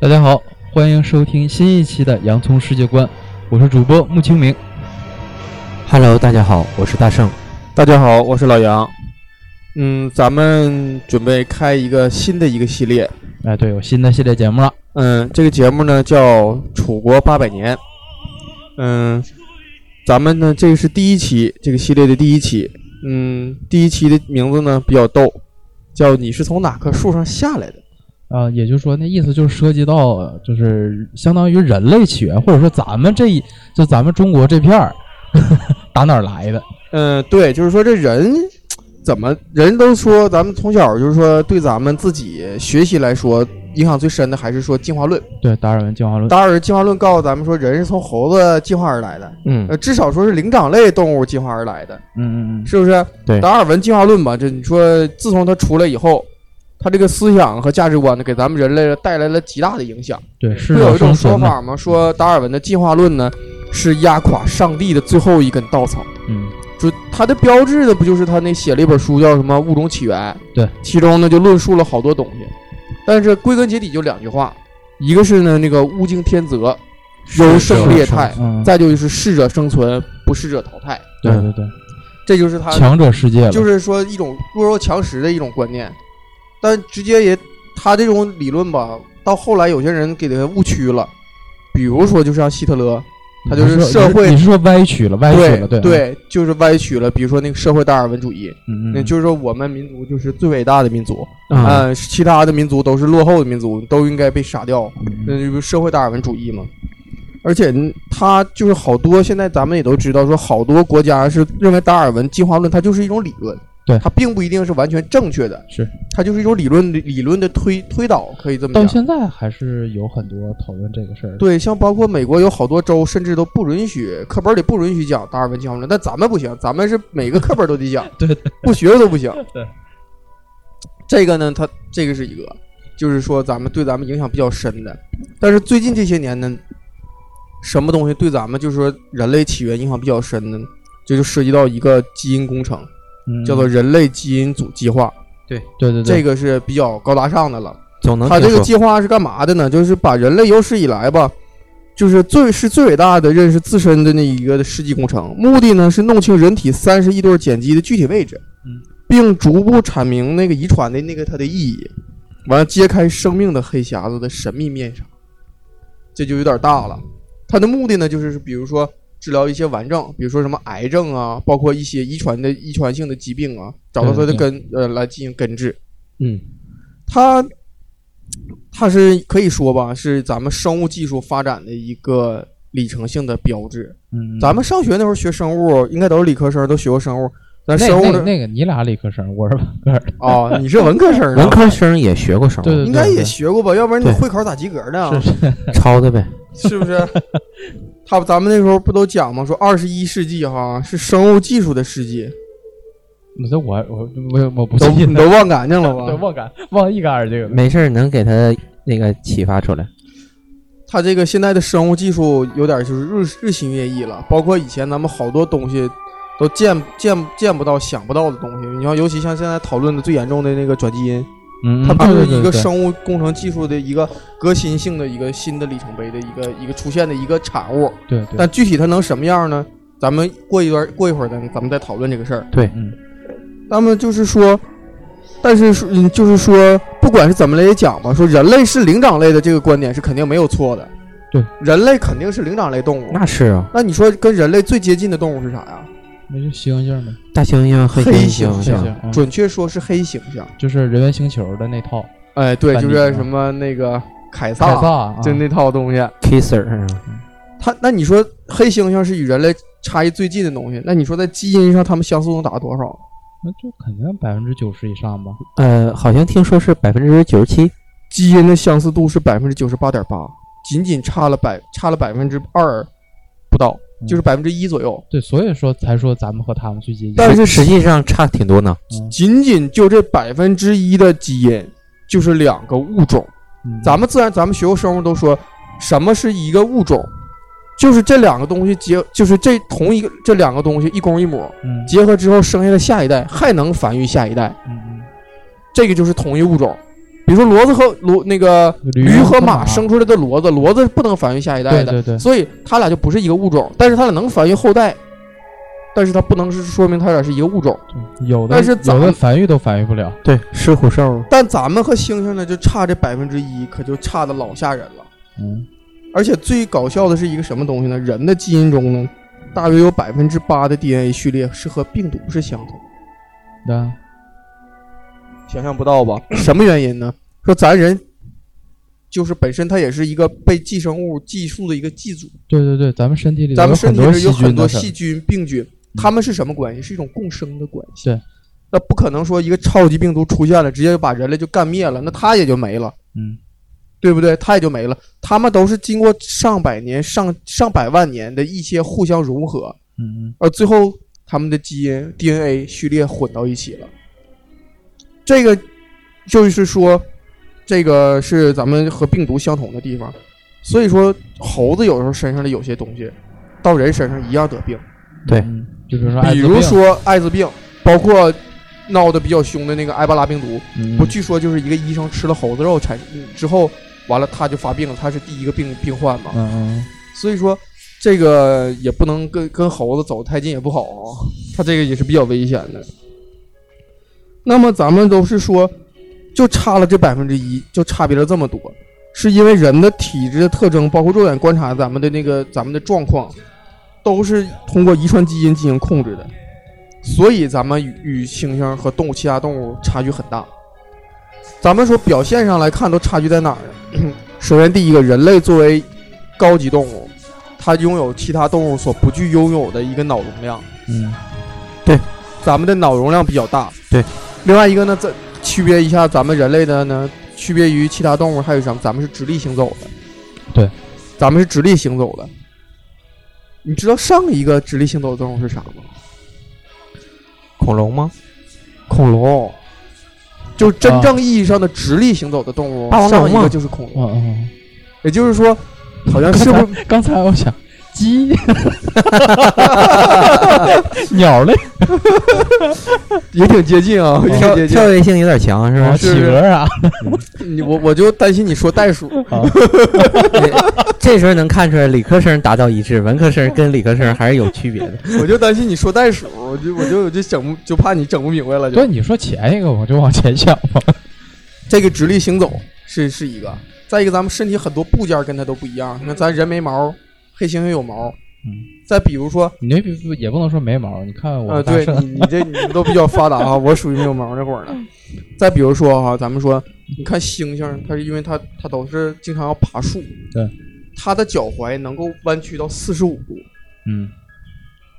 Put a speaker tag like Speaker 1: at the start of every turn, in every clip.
Speaker 1: 大家好，欢迎收听新一期的《洋葱世界观》，我是主播穆清明。
Speaker 2: Hello，大家好，我是大圣。
Speaker 3: 大家好，我是老杨。嗯，咱们准备开一个新的一个系列。
Speaker 1: 哎，对，有新的系列节目了。
Speaker 3: 嗯，这个节目呢叫《楚国八百年》。嗯，咱们呢这个是第一期，这个系列的第一期。嗯，第一期的名字呢比较逗，叫“你是从哪棵树上下来的
Speaker 1: 啊、也就是说，那意思就是涉及到，就是相当于人类起源，或者说咱们这一，就咱们中国这片儿 打哪儿来的？”。
Speaker 3: 嗯，对，就是说这人怎么人都说咱们从小就是说对咱们自己学习来说影响最深的还是说进化论。
Speaker 1: 对，达尔文进化论。
Speaker 3: 达尔文进化论告诉咱们说人是从猴子进化而来的，
Speaker 2: 嗯
Speaker 3: 呃，至少说是灵长类动物进化而来的。
Speaker 1: 嗯嗯嗯，
Speaker 3: 是不是？
Speaker 2: 对
Speaker 3: 达尔文进化论吧，这你说，自从他出来以后，他这个思想和价值观呢，给咱们人类带来了极大的影响。
Speaker 1: 对，是
Speaker 3: 不是有一种
Speaker 1: 生
Speaker 3: 说
Speaker 1: 存嘛。
Speaker 3: 法吗？说达尔文的进化论呢，是压垮上帝的最后一根稻草。
Speaker 1: 嗯，
Speaker 3: 就它的标志呢，不就是他那写了一本书叫什么《物种起源》？
Speaker 1: 对，
Speaker 3: 其中呢就论述了好多东西，但是归根结底就两句话，一个是呢那个物竞天择，优胜劣汰，
Speaker 1: 嗯，
Speaker 3: 再就是适者生存，不适者淘汰，
Speaker 1: 对对对，
Speaker 3: 这就是他
Speaker 1: 强者世界了。
Speaker 3: 就是说一种弱肉强食的一种观念，但直接也他这种理论吧，到后来有些人给他误区了，比如说就像希特勒，他就是
Speaker 1: 你
Speaker 3: 社会
Speaker 1: 你是说歪曲了，歪曲了，
Speaker 3: 对
Speaker 1: 对，
Speaker 3: 就是歪曲了，比如说那个社会达尔文主义，
Speaker 1: 嗯嗯，
Speaker 3: 那就是说我们民族就是最伟大的民族，
Speaker 2: 嗯
Speaker 3: 呃，其他的民族都是落后的民族，都应该被杀掉，
Speaker 1: 嗯
Speaker 3: 那就是社会达尔文主义嘛。而且他就是好多，现在咱们也都知道，说好多国家是认为达尔文进化论它就是一种理论，
Speaker 1: 对
Speaker 3: 它并不一定是完全正确的，
Speaker 1: 是
Speaker 3: 它就是一种理论理论的推推导，可以这么
Speaker 1: 到
Speaker 3: 讲。
Speaker 1: 现在还是有很多讨论这个事儿的。
Speaker 3: 对，像包括美国有好多州甚至都不允许课本里不允许讲达尔文进化论，但咱们不行，咱们是每个课本都得讲，
Speaker 1: 对
Speaker 3: 不学都不行。
Speaker 1: 对，
Speaker 3: 这个呢，它这个是一个，就是说咱们对咱们影响比较深的，但是最近这些年呢，什么东西对咱们就是说人类起源影响比较深呢？这就涉及到一个基因工程，
Speaker 1: 嗯
Speaker 3: 叫做人类基因组计划，
Speaker 1: 对对对，
Speaker 3: 这个是比较高大上的了。
Speaker 2: 总能
Speaker 3: 他
Speaker 2: 听
Speaker 3: 这个
Speaker 2: 说
Speaker 3: 计划是干嘛的呢？就是把人类有史以来吧，就是最是最伟大的认识自身的那一个世纪工程，目的呢是弄清人体三十亿对碱基的具体位置，
Speaker 1: 嗯
Speaker 3: 并逐步阐明那个遗传的那个它的意义，完了揭开生命的黑匣子的神秘面纱，这就有点大了。它的目的呢，就是比如说治疗一些顽症，比如说什么癌症啊，包括一些遗传的遗传性的疾病啊，找到它的
Speaker 1: 对对
Speaker 3: 根呃来进行根治。
Speaker 2: 嗯，
Speaker 3: 它它是可以说吧，是咱们生物技术发展的一个里程性的标志。
Speaker 1: 嗯嗯
Speaker 3: 咱们上学那会儿学生物，应该都是理科生，都学过生物。咱
Speaker 1: 那
Speaker 3: 生物
Speaker 1: 那
Speaker 3: 的
Speaker 1: 那个你俩理科生，我是文科的，
Speaker 3: 哦，你是文科生啊，
Speaker 2: 文科生哦也学过生
Speaker 1: 对对
Speaker 2: 物，
Speaker 3: 应该也学过吧？要不然你
Speaker 2: 对
Speaker 3: 会考咋及格啊呢？
Speaker 1: 是 是，
Speaker 2: 抄的呗。
Speaker 3: 是不是？他咱们那时候不都讲吗？说二十一世纪哈是生物技术的世纪，
Speaker 1: 你说我我我我不
Speaker 3: 都
Speaker 1: 信
Speaker 3: 你都忘干净了
Speaker 1: 对，
Speaker 3: 吧？
Speaker 1: 忘干忘一干二净了。
Speaker 2: 没事儿，能给他那个启发出来。
Speaker 3: 他这个现在的生物技术有点就是日日新月异了，包括以前咱们好多东西都见见见不到、想不到的东西。你要尤其像现在讨论的最严重的那个转基因，
Speaker 1: 嗯，
Speaker 3: 它
Speaker 1: 嗯
Speaker 3: 不
Speaker 1: 对
Speaker 3: 是
Speaker 1: 对对
Speaker 3: 一个
Speaker 1: 对
Speaker 3: 生物工程技术的一个革新性的一个新的里程碑的一个一个出现的一个产物。
Speaker 1: 对对，
Speaker 3: 但具体它能什么样呢？咱们过一段过一会儿咱咱们再讨论这个事儿。
Speaker 1: 嗯
Speaker 3: 那么就是说，但是说嗯，就是说，不管是怎么来讲吧，说人类是灵长类的这个观点是肯定没有错的。
Speaker 1: 对，
Speaker 3: 人类肯定是灵长类动物。
Speaker 2: 那是啊，
Speaker 3: 那你说跟人类最接近的动物是啥呀？
Speaker 1: 那是猩猩嘛，
Speaker 2: 大猩猩、黑
Speaker 3: 黑
Speaker 2: 猩
Speaker 3: 猩
Speaker 1: 猩
Speaker 2: 猩，
Speaker 1: 猩嗯
Speaker 3: 准确说是黑猩猩。
Speaker 1: 就是人猿星球的那套
Speaker 3: 哎，对，
Speaker 1: 范
Speaker 3: 就
Speaker 1: 迪
Speaker 3: 是
Speaker 1: 啊
Speaker 3: 什么那个凯
Speaker 1: 凯撒
Speaker 3: 撒，
Speaker 1: 啊，
Speaker 3: 就那套东西。
Speaker 2: kisser 嗯
Speaker 3: 它那你说黑猩猩是与人类差异最近的东西，那你说在基因上它们相似能达到多少？
Speaker 1: 那就肯定百分之九十以上吧。
Speaker 2: 呃，好像听说是百分之九十七，
Speaker 3: 基因的相似度是百分之九十八点八，仅仅差了百差了百分之二不到，
Speaker 1: 嗯
Speaker 3: 就是百分之一左右。
Speaker 1: 对，所以说才说咱们和他们最接近。
Speaker 3: 但是
Speaker 2: 实际上差挺多呢。
Speaker 1: 嗯
Speaker 3: 仅仅就这百分之一的基因，就是两个物种。
Speaker 1: 嗯
Speaker 3: 咱们自然，咱们学过生物都说，什么是一个物种，就是这两个东西结，就是这同一个这两个东西一公一母
Speaker 1: 嗯
Speaker 3: 结合之后生下的下一代还能繁育下一代，
Speaker 1: 嗯
Speaker 3: 这个就是同一物种。比如说骡子和骡那个
Speaker 1: 嗯，
Speaker 3: 驴和
Speaker 1: 马
Speaker 3: 马生出来的骡子，骡子是不能繁育下一代
Speaker 1: 对
Speaker 3: 的，
Speaker 1: 对对，
Speaker 3: 所以它俩就不是一个物种，但是它俩能繁育后代，但是它不能是说明它俩是一个物种。
Speaker 1: 嗯有的
Speaker 3: 但是咱
Speaker 1: 有的繁育都繁育不了，
Speaker 2: 对，狮虎兽，
Speaker 3: 但咱们和猩猩呢，就差这百分之一，可就差的老吓人了。
Speaker 1: 嗯
Speaker 3: 而且最搞笑的是一个什么东西呢？人的基因中呢，大约有百分之八的 DNA 序列是和病毒是相同，
Speaker 1: 对，啊
Speaker 3: 想象不到吧？什么原因呢？说咱人就是本身它也是一个被寄生物寄宿的一个寄主，
Speaker 1: 对对对，咱们身体里头
Speaker 3: 咱们身体里有
Speaker 1: 有
Speaker 3: 很
Speaker 1: 很
Speaker 3: 多
Speaker 1: 多
Speaker 3: 细
Speaker 1: 细
Speaker 3: 菌、病菌，它们是什么关系？是一种共生的关系。
Speaker 1: 对。
Speaker 3: 那不可能说一个超级病毒出现了，直接就把人类就干灭了，那它也就没了。
Speaker 1: 菌
Speaker 3: 对不对？它也就没了。他们都是经过上百年、上上百万年的一些互相融合，
Speaker 1: 嗯嗯
Speaker 3: 而最后他们的基因 DNA 序列混到一起了。这个就是说，这个是咱们和病毒相同的地方。所以说，猴子有时候身上的有些东西，到人身上一样得病。
Speaker 2: 对
Speaker 1: 嗯，就比如说艾滋
Speaker 3: 比
Speaker 1: 病，
Speaker 3: 如说艾滋病，包括闹得比较凶的那个埃博拉病毒，
Speaker 1: 嗯
Speaker 3: 不，据说就是一个医生吃了猴子肉产嗯之后，完了他就发病了，他是第一个病病患嘛，
Speaker 1: 嗯
Speaker 3: 所以说这个也不能跟跟猴子走得太近也不好啊，他这个也是比较危险的。那么咱们都是说，就差了这百分之一，就差别了这么多，是因为人的体质的特征，包括肉眼观察咱们的那个咱们的状况，都是通过遗传基因进行控制的，所以咱们与与猩猩和动物其他动物差距很大。咱们说表现上来看，都差距在哪儿呢？首先，第一个，人类作为高级动物，它拥有其他动物所不具拥有的一个脑容量，
Speaker 1: 嗯
Speaker 3: 咱们的脑容量比较大。
Speaker 2: 对，
Speaker 3: 另外一个呢，这区别一下咱们人类的呢，区别于其他动物还有什么？咱们是直立行走的。
Speaker 1: 对，
Speaker 3: 咱们是直立行走的。你知道上一个直立行走的动物是啥吗？
Speaker 2: 恐龙吗？
Speaker 3: 恐龙。就是真正意义上的直立行走的动物，
Speaker 2: 霸王龙
Speaker 3: 上一个
Speaker 2: 吗
Speaker 3: 就是恐龙。
Speaker 1: 嗯嗯，
Speaker 3: 也就是说，好像是不是
Speaker 1: 刚才刚才我想鸡， 鸟类、
Speaker 3: 也挺接近啊？也挺接近
Speaker 2: 跳哦跳。跃性有点强，是
Speaker 1: 然后
Speaker 2: 吧？
Speaker 3: 是
Speaker 1: 企鹅啊，
Speaker 3: 你我我就担心你说袋鼠，
Speaker 2: 这时候能看出来，理科生达到一致，文科生跟理科生还是有区别的。
Speaker 3: 我就担心你说袋鼠，我就我就我就整不就怕你整不明白了。就
Speaker 1: 对，你说前一个我就往前想嘛，
Speaker 3: 这个直立行走是是一个，再一个咱们身体很多部件跟它都不一样，你看咱人没毛，黑猩猩有毛，
Speaker 1: 嗯，
Speaker 3: 再比如说
Speaker 1: 你那不不也不能说没毛，你看我
Speaker 3: 呃，
Speaker 1: 们大
Speaker 3: 对
Speaker 1: 圣，
Speaker 3: 你你这你们都比较发达 啊，我属于没有毛那会儿呢。再比如说哈、咱们说，你看猩猩，它是因为它它都是经常要爬树，
Speaker 1: 对，
Speaker 3: 它的脚踝能够弯曲到四十五度，
Speaker 1: 嗯，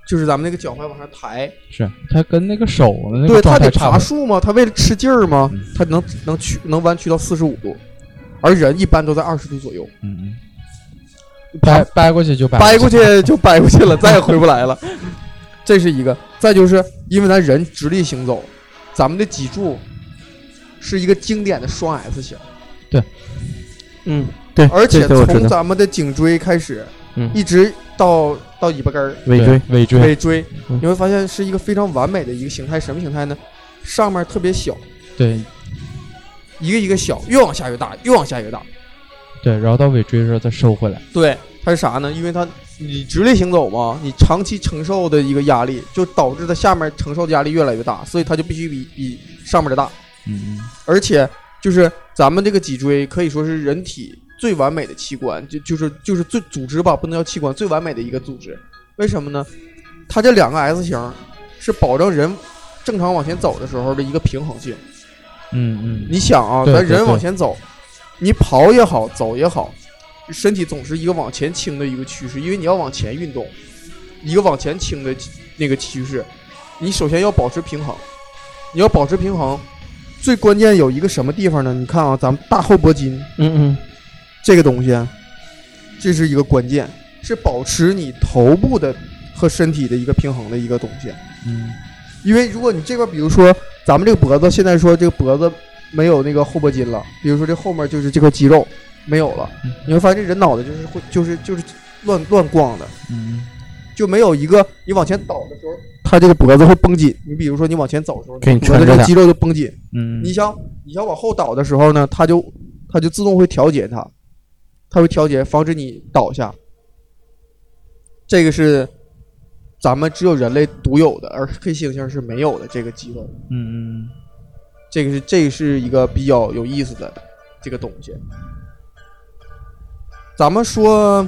Speaker 3: 就是咱们那个脚踝往上抬，
Speaker 1: 是它跟那个手的那
Speaker 3: 对
Speaker 1: 个
Speaker 3: 他
Speaker 1: 状
Speaker 3: 得
Speaker 1: 态差不
Speaker 3: 爬
Speaker 1: 多，
Speaker 3: 树吗？他为了吃劲儿吗
Speaker 1: 嗯？
Speaker 3: 他能能曲能弯曲到四十五度，而人一般都在二十度左右，
Speaker 1: 嗯嗯，掰掰过去就掰
Speaker 3: 掰过
Speaker 1: 去，
Speaker 3: 去就掰过去了，再也回不来了。 这是一个，再就是因为咱人直立行走，咱们的脊柱是一个经典的双 S 型，
Speaker 1: 对，
Speaker 3: 嗯，
Speaker 2: 对，
Speaker 1: 哎
Speaker 3: 而且
Speaker 2: 这个我知
Speaker 3: 从
Speaker 2: 道。
Speaker 3: 咱们的颈椎开始，
Speaker 2: 嗯
Speaker 3: 一直到到尾巴根儿，
Speaker 2: 尾椎，
Speaker 1: 对尾椎，
Speaker 3: 尾椎，
Speaker 2: 嗯
Speaker 3: 你会发现是一个非常完美的一个形态，什么形态呢？上面特别小。
Speaker 1: 对
Speaker 3: 一个一个小，越往下越大，越往下越大。
Speaker 1: 对，然后到尾椎的时候再收回来，
Speaker 3: 对，它是啥呢？因为它你直立行走嘛，你长期承受的一个压力，就导致它下面承受的压力越来越大，所以它就必须比比上面的大。
Speaker 1: 嗯嗯，
Speaker 3: 而且就是咱们这个脊椎可以说是人体最完美的器官，就就是就是最组织吧，不能叫器官，最完美的一个组织。为什么呢？它这两个 S 型是保证人正常往前走的时候的一个平衡性。
Speaker 1: 嗯嗯，
Speaker 3: 你想啊，
Speaker 1: 对
Speaker 3: 咱
Speaker 1: 对
Speaker 3: 人
Speaker 1: 对
Speaker 3: 往前走，你跑也好，走也好，身体总是一个往前倾的一个趋势，因为你要往前运动，一个往前倾的那个趋势，你首先要保持平衡，你要保持平衡，最关键有一个什么地方呢？你看啊，咱们大后脖筋
Speaker 2: 嗯嗯，
Speaker 3: 这个东西，啊这是一个关键，是保持你头部的和身体的一个平衡的一个东西。啊
Speaker 1: 嗯
Speaker 3: 因为如果你这边，比如说咱们这个脖子，现在说这个脖子没有那个后脖筋了，比如说这后面就是这块肌肉，没有了
Speaker 1: 嗯。
Speaker 3: 你会发现这人脑袋就是会就是就是乱乱逛的，
Speaker 1: 嗯，
Speaker 3: 就没有一个你往前倒的时候，他这个脖子会绷紧。你比如说你往前走的时候，
Speaker 2: 给你
Speaker 3: 脖
Speaker 2: 穿
Speaker 3: 子
Speaker 2: 着
Speaker 3: 这个
Speaker 2: 点
Speaker 3: 肌肉就绷紧。
Speaker 1: 嗯
Speaker 3: 你想你想往后倒的时候呢，它就它就自动会调节它，它会调节防止你倒下。这个是咱们只有人类独有的，而黑猩猩是没有的这个肌肉。
Speaker 1: 嗯
Speaker 3: 这个是这是一个比较有意思的这个东西。咱们说，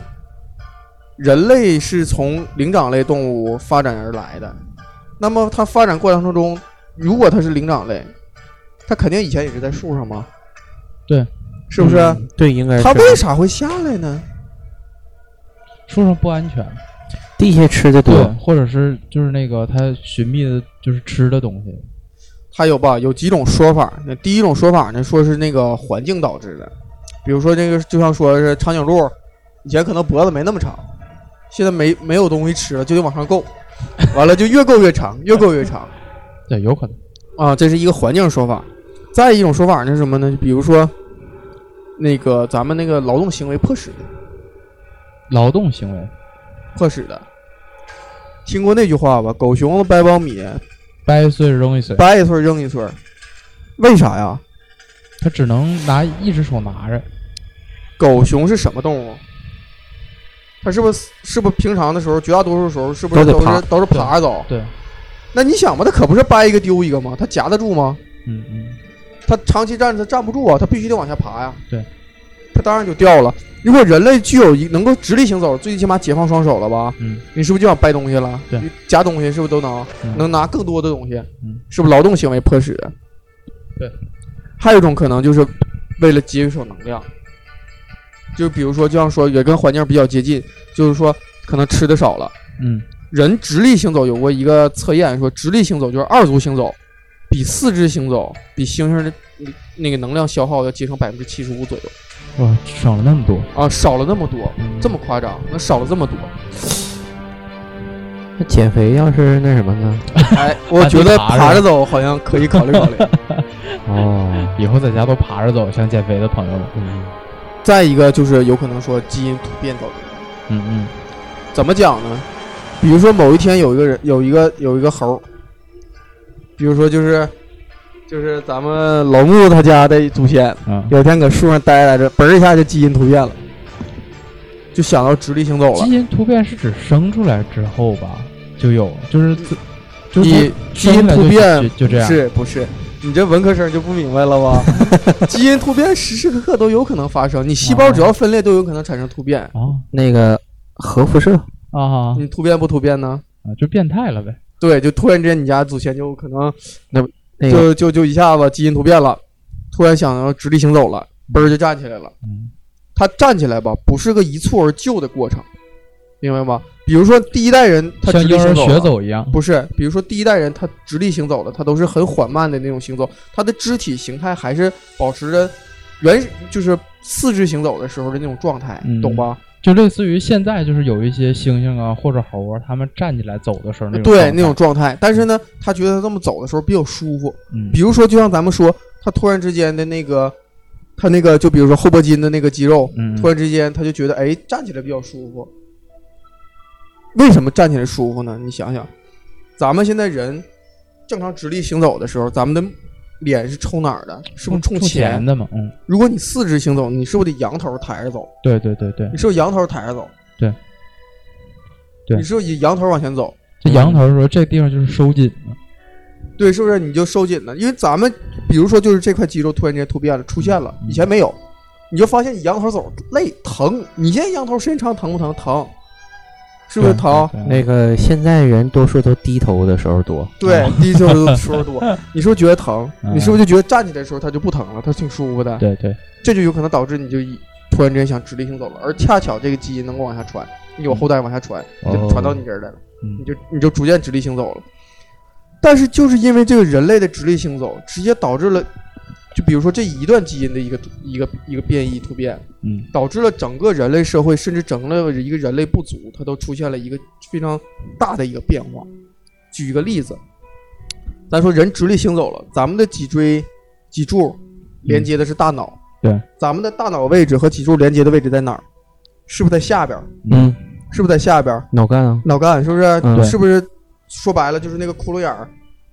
Speaker 3: 人类是从灵长类动物发展而来的，那么它发展过程当中，如果它是灵长类，它肯定以前也是在树上嘛，
Speaker 1: 对，
Speaker 3: 是不是？
Speaker 2: 嗯对，应该是
Speaker 3: 它为啥会下来呢？
Speaker 1: 树上不安全，
Speaker 2: 地下吃的
Speaker 1: 对
Speaker 2: 多，，
Speaker 1: 或者是就是那个它寻觅的就是吃的东西，
Speaker 3: 它有吧，有几种说法。那第一种说法呢，说是那个环境导致的，比如说这个，就像说是长颈鹿，以前可能脖子没那么长，现在没没有东西吃了，就得往上够，完了就越够越长，越够越长
Speaker 1: 对，有可能，
Speaker 3: 啊，这是一个环境说法。再一种说法呢是什么呢？就比如说，那个咱们那个劳动行为迫使的，
Speaker 1: 劳动行为，
Speaker 3: 迫使的。听过那句话吧？狗熊子掰苞米，
Speaker 1: 掰碎扔一碎，
Speaker 3: 掰一穗儿扔一穗儿，为啥呀？
Speaker 1: 它只能拿一只手拿着，
Speaker 3: 狗熊是什么动物？它是不是是不是平常的时候，绝大多数时候是不是
Speaker 2: 都
Speaker 3: 都
Speaker 2: 得
Speaker 3: 是都是爬着走？
Speaker 1: 对，
Speaker 3: 那你想吧，它可不是掰一个丢一个吗？它夹得住吗？
Speaker 1: 嗯嗯，
Speaker 3: 它长期站着它站不住啊，它必须得往下爬呀。
Speaker 1: 对，
Speaker 3: 它当然就掉了。如果人类具有一能够直立行走，最起码解放双手了吧？
Speaker 1: 嗯，
Speaker 3: 你是不是就想掰东西了？
Speaker 1: 对，
Speaker 3: 夹东西是不是都能、
Speaker 1: 嗯
Speaker 3: 能拿更多的东西？
Speaker 1: 嗯，
Speaker 3: 是不是劳动行为迫使的？
Speaker 1: 对，
Speaker 3: 还有一种可能就是为了节省能量，就比如说，就像说也跟环境比较接近，就是说可能吃的少了。
Speaker 1: 嗯，
Speaker 3: 人直立行走有过一个测验，说直立行走就是二足行走，比四肢行走比猩猩的嗯那个能量消耗要节省百分之七十五左右
Speaker 1: 哇，省了那么多，
Speaker 3: 啊，少了那么多，
Speaker 1: 嗯
Speaker 3: 这么夸张，那少了这么多，
Speaker 2: 那减肥要是那什么呢？
Speaker 3: 哎，我觉得爬着走好像可以考虑考虑。
Speaker 2: 哦，
Speaker 1: 以后在家都爬着走，想减肥的朋友们，
Speaker 2: 嗯，
Speaker 3: 再一个就是有可能说基因突变导致的，
Speaker 1: 嗯嗯
Speaker 3: 怎么讲呢？比如说某一天有一个人有一个有一个猴儿，比如说就是就是咱们老穆他家的祖先，
Speaker 1: 啊，
Speaker 3: 有一天搁树上待来着，嘣儿一下就基因突变了，就想到直立行走了
Speaker 1: 基。因突变是指生出来之后吧就有了，就是自就是
Speaker 3: 你
Speaker 1: 从
Speaker 3: 基
Speaker 1: 生下
Speaker 3: 因
Speaker 1: 来
Speaker 3: 突
Speaker 1: 就
Speaker 3: 变
Speaker 1: 就就这样，
Speaker 3: 是不是？你这文科生就不明白了吧？基因突变时时刻刻都有可能发生，你细胞只要分裂都有可能产生突变。
Speaker 1: 啊
Speaker 2: 那个核辐射，
Speaker 1: 啊
Speaker 3: 你突变不突变呢？
Speaker 1: 啊，就变态了呗，
Speaker 3: 对，就突然之间你家祖先就可能
Speaker 1: 哎
Speaker 2: 那个
Speaker 3: 就就就一下子基因突变了，突然想要直立行走了，嘣儿就站起来了。
Speaker 1: 嗯
Speaker 3: 他站起来吧，不是个一蹴而就的过程，明白吗？比如说第一代人他
Speaker 1: 像
Speaker 3: 直立
Speaker 1: 幼儿
Speaker 3: 行走
Speaker 1: 学
Speaker 3: 了，
Speaker 1: 走一样，
Speaker 3: 不是，比如说第一代人他直立行走的，他都是很缓慢的那种行走，他的肢体形态还是保持着原就是四肢行走的时候的那种状态，
Speaker 1: 嗯
Speaker 3: 懂吧？
Speaker 1: 就类似于现在就是有一些猩猩啊或者猴啊，他们站起来走的时候那种
Speaker 3: 对
Speaker 1: 状态
Speaker 3: 那种，状态。但是呢，他觉得他这么走的时候比较舒服。
Speaker 1: 嗯
Speaker 3: 比如说，就像咱们说，他突然之间的那个，他那个就比如说后脖筋的那个肌肉，
Speaker 1: 嗯
Speaker 3: 突然之间他就觉得哎站起来比较舒服。为什么站起来舒服呢？你想想，咱们现在人正常直立行走的时候，咱们的脸是冲哪儿的？是不是
Speaker 1: 冲
Speaker 3: 冲前？
Speaker 1: 的嘛，嗯，
Speaker 3: 如果你四肢行走，你是不是得仰头抬着走？
Speaker 1: 对对对对
Speaker 3: 你，是不是仰头抬着走？
Speaker 1: 对，对
Speaker 3: 你是不是仰头往前走？
Speaker 1: 这羊头说这地方就是收紧了，
Speaker 3: 对，是不是你就收紧了？因为咱们比如说就是这块肌肉突然间突变了，出现了，
Speaker 1: 嗯
Speaker 3: 以前没有，你就发现你仰头走累疼，你现在仰头时间长疼不疼？疼，是不是
Speaker 1: 对
Speaker 3: 疼？？
Speaker 1: 对
Speaker 2: 那个现在人多数都低头的时候多，
Speaker 3: 对，第一次的时候多， 你是不是觉得疼？
Speaker 1: 嗯
Speaker 3: 你是不是就觉得站起来的时候它就不疼了，它挺舒服的？
Speaker 1: 对对，
Speaker 3: 这就有可能导致你就一突然之间想直立行走了，而恰巧这个基因能够往下传，你有后代往下传，就
Speaker 2: 哦
Speaker 3: 传到你这儿来了，
Speaker 1: 嗯
Speaker 3: 你就你就逐渐直立行走了。但是就是因为这个人类的直立行走，直接导致了，就比如说这一段基因的一个一个一个变异突变，
Speaker 1: 嗯
Speaker 3: 导致了整个人类社会，甚至整个一个人类部族，它都出现了一个非常大的一个变化。举一个例子，咱说人直立行走了，咱们的脊椎、脊柱连接的是大脑，
Speaker 1: 对，
Speaker 3: 咱们的大脑位置和脊柱连接的位置在哪儿？是不是在下边儿？
Speaker 2: 嗯，
Speaker 3: 是不是在下边儿？
Speaker 2: 脑干啊，
Speaker 3: 脑干是不是？
Speaker 2: 嗯对
Speaker 3: 是不是？说白了就是那个窟窿眼儿，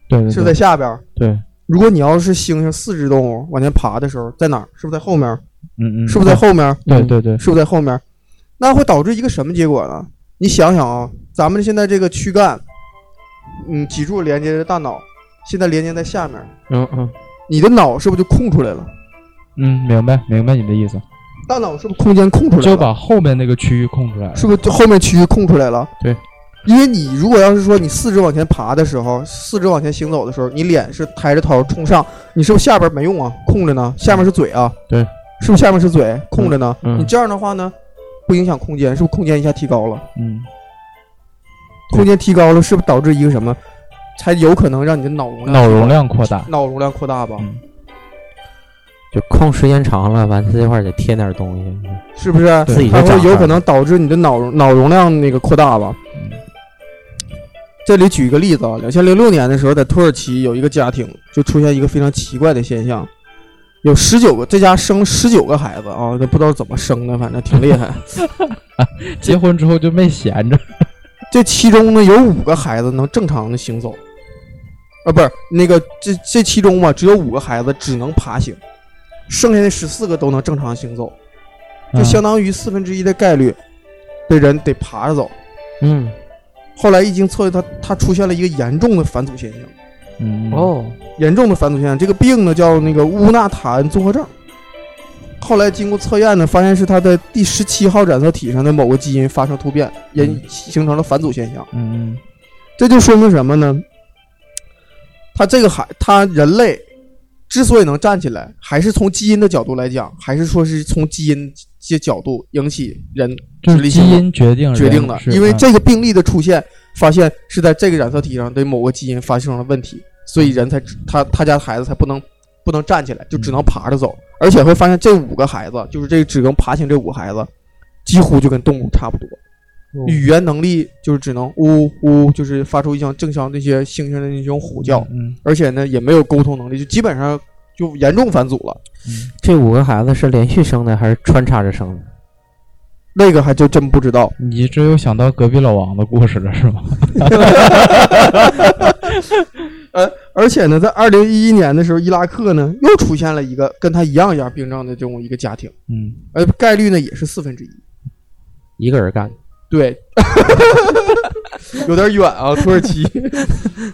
Speaker 1: 对对
Speaker 3: 是不是
Speaker 1: 对
Speaker 3: 在下边儿。
Speaker 1: 对，
Speaker 3: 如果你要是猩猩四肢动物往前爬的时候，在哪儿？是不是在后面儿？
Speaker 1: 嗯嗯，
Speaker 3: 是不是在后面儿？
Speaker 1: 对对对，
Speaker 3: 是不是在后面儿？那会导致一个什么结果呢？你想想啊，咱们现在这个躯干，嗯，脊柱连接着大脑，现在连接在下面儿，
Speaker 2: 嗯嗯，
Speaker 3: 你的脑是不是就空出来了？
Speaker 1: 嗯，明白明白你的意思，
Speaker 3: 大脑是不是空间空出来了？
Speaker 1: 就把后面那个区域空出来了。
Speaker 3: 是不是就后面区域空出来了？
Speaker 2: 对，
Speaker 3: 因为你如果要是说你四肢往前爬的时候，四肢往前行走的时候，你脸是抬着头冲上，你是不是下边没用啊？空着呢，下面是嘴啊，
Speaker 2: 对，
Speaker 3: 是不是下面是嘴空着呢？
Speaker 2: 嗯嗯
Speaker 3: 你这样的话呢，不影响空间，是不是空间一下提高了？
Speaker 1: 嗯，对
Speaker 3: 空间提高了，是不是导致一个什么，才有可能让你的脑容量
Speaker 1: 脑容量扩大，
Speaker 3: 脑容量扩大吧？
Speaker 1: 嗯
Speaker 2: 就空时间长了，完这块儿得添点东西，
Speaker 3: 是不是？
Speaker 1: 对
Speaker 2: 自己就
Speaker 3: 它
Speaker 2: 长
Speaker 3: 会有
Speaker 2: 了
Speaker 3: 可能导致你的脑容脑容量那个扩大吧。
Speaker 1: 嗯
Speaker 3: 这里举一个例子啊，两千零六年的时候，在土耳其有一个家庭就出现一个非常奇怪的现象，有十九个这家生十九个孩子啊，这不知道怎么生的，反正挺厉 害。
Speaker 1: 结婚之后就没闲着。
Speaker 3: 这其中呢，有五个孩子能正常的行走，啊，不是那个这这其中嘛，只有五个孩子只能爬行，剩下的十四个都能正常行走，
Speaker 2: 嗯
Speaker 3: 就相当于四分之一的概率，这人得爬着走。
Speaker 2: 嗯，
Speaker 3: 后来一经测他他出现了一个严重的返祖现象，
Speaker 1: 嗯，
Speaker 2: 哦，
Speaker 3: 严重的返祖现象，这个病呢叫那个乌纳塔恩综合症。后来经过测验呢，发现是他的第十七号染色体上的某个基因发生突变，也
Speaker 1: 嗯
Speaker 3: 形成了返祖现象。
Speaker 1: 嗯
Speaker 3: 这就说明什么呢？他这个孩，他人类之所以能站起来，还是从基因的角度来讲，还是说是从基因这角度引起人
Speaker 1: 嗯，就
Speaker 3: 直
Speaker 1: 是
Speaker 3: 立
Speaker 1: 基
Speaker 3: 行
Speaker 1: 因决定人
Speaker 3: 决定的，
Speaker 1: 是
Speaker 3: 因为
Speaker 1: 嗯
Speaker 3: 这个病例的出现，发现是在这个染色体上的某个基因发生了问题，所以人才他他家孩子才不能不能站起来，就只能爬着走，而且会发现这五个孩子，就是这只能爬行这五个孩子，几乎就跟动物差不多，
Speaker 1: 哦
Speaker 2: 嗯
Speaker 3: 语言能力就是只能呜呜，就是发出一像正常那些猩猩的那种吼叫，
Speaker 1: 嗯
Speaker 3: 而且呢也没有沟通能力，就基本上就严重返祖了。
Speaker 1: 嗯
Speaker 2: 这五个孩子是连续生的还是穿插着生的？
Speaker 3: 那个还就真不知道，
Speaker 1: 嗯，你只有想到隔壁老王的故事了是 吗？
Speaker 3: 而且呢，在二零一一年的时候，伊拉克呢又出现了一个跟他一样一样病症的这种一个家庭，
Speaker 1: 嗯，
Speaker 3: 呃，概率呢也是四分之一。
Speaker 2: 一个人干的，
Speaker 3: 对，有点远啊，土耳其。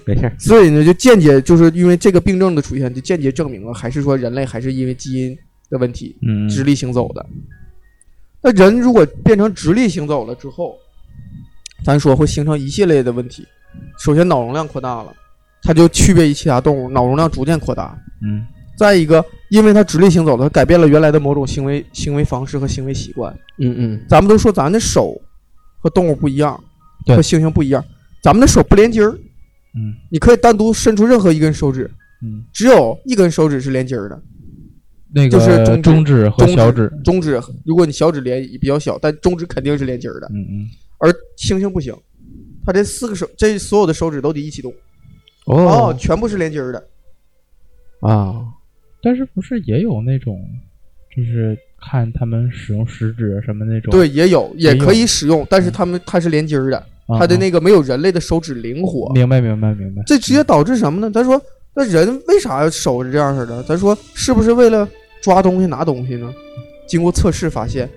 Speaker 2: 没事儿，
Speaker 3: 所以呢，就间接就是因为这个病症的出现，就间接证明了还是说人类还是因为基因的问题
Speaker 1: 嗯，
Speaker 3: 直立行走的。那人如果变成直立行走了之后，咱说会形成一系列的问题。首先，脑容量扩大了，它就区别于其他动物，脑容量逐渐扩大。
Speaker 1: 嗯
Speaker 3: 再一个，因为他直立行走，他改变了原来的某种行为行为方式和行为习惯。
Speaker 2: 嗯嗯，
Speaker 3: 咱们都说咱的手和动物不一样，
Speaker 1: 对
Speaker 3: 和猩猩不一样，咱们的手不连筋儿，
Speaker 1: 嗯
Speaker 3: 你可以单独伸出任何一根手指，
Speaker 1: 嗯，
Speaker 3: 只有一根手指是连筋儿的，
Speaker 1: 那
Speaker 3: 就
Speaker 1: 个
Speaker 3: 是中指
Speaker 1: 中指和
Speaker 3: 中指
Speaker 1: 小指，
Speaker 3: 中指如果你小指连也比较小，但中指肯定是连筋儿的。
Speaker 1: 嗯嗯，
Speaker 3: 而猩猩不行，它这四个手这所有的手指都得一起动，哦，
Speaker 2: 哦
Speaker 3: 全部是连筋儿的。
Speaker 2: 啊，
Speaker 1: 但是不是也有那种，就是看他们使用食指什么那种，
Speaker 3: 对，也有嗯也
Speaker 1: 也有
Speaker 3: 可以使用，但是它们它是连筋儿的，
Speaker 1: 啊，
Speaker 3: 它的
Speaker 1: 啊
Speaker 3: 那个没有人类的手指灵活。
Speaker 1: 明白明白明白，
Speaker 3: 这直接导致什么呢？咱说，那人为啥手是这样式的？咱说，是不是为了抓东西拿东西呢？经过测试发现，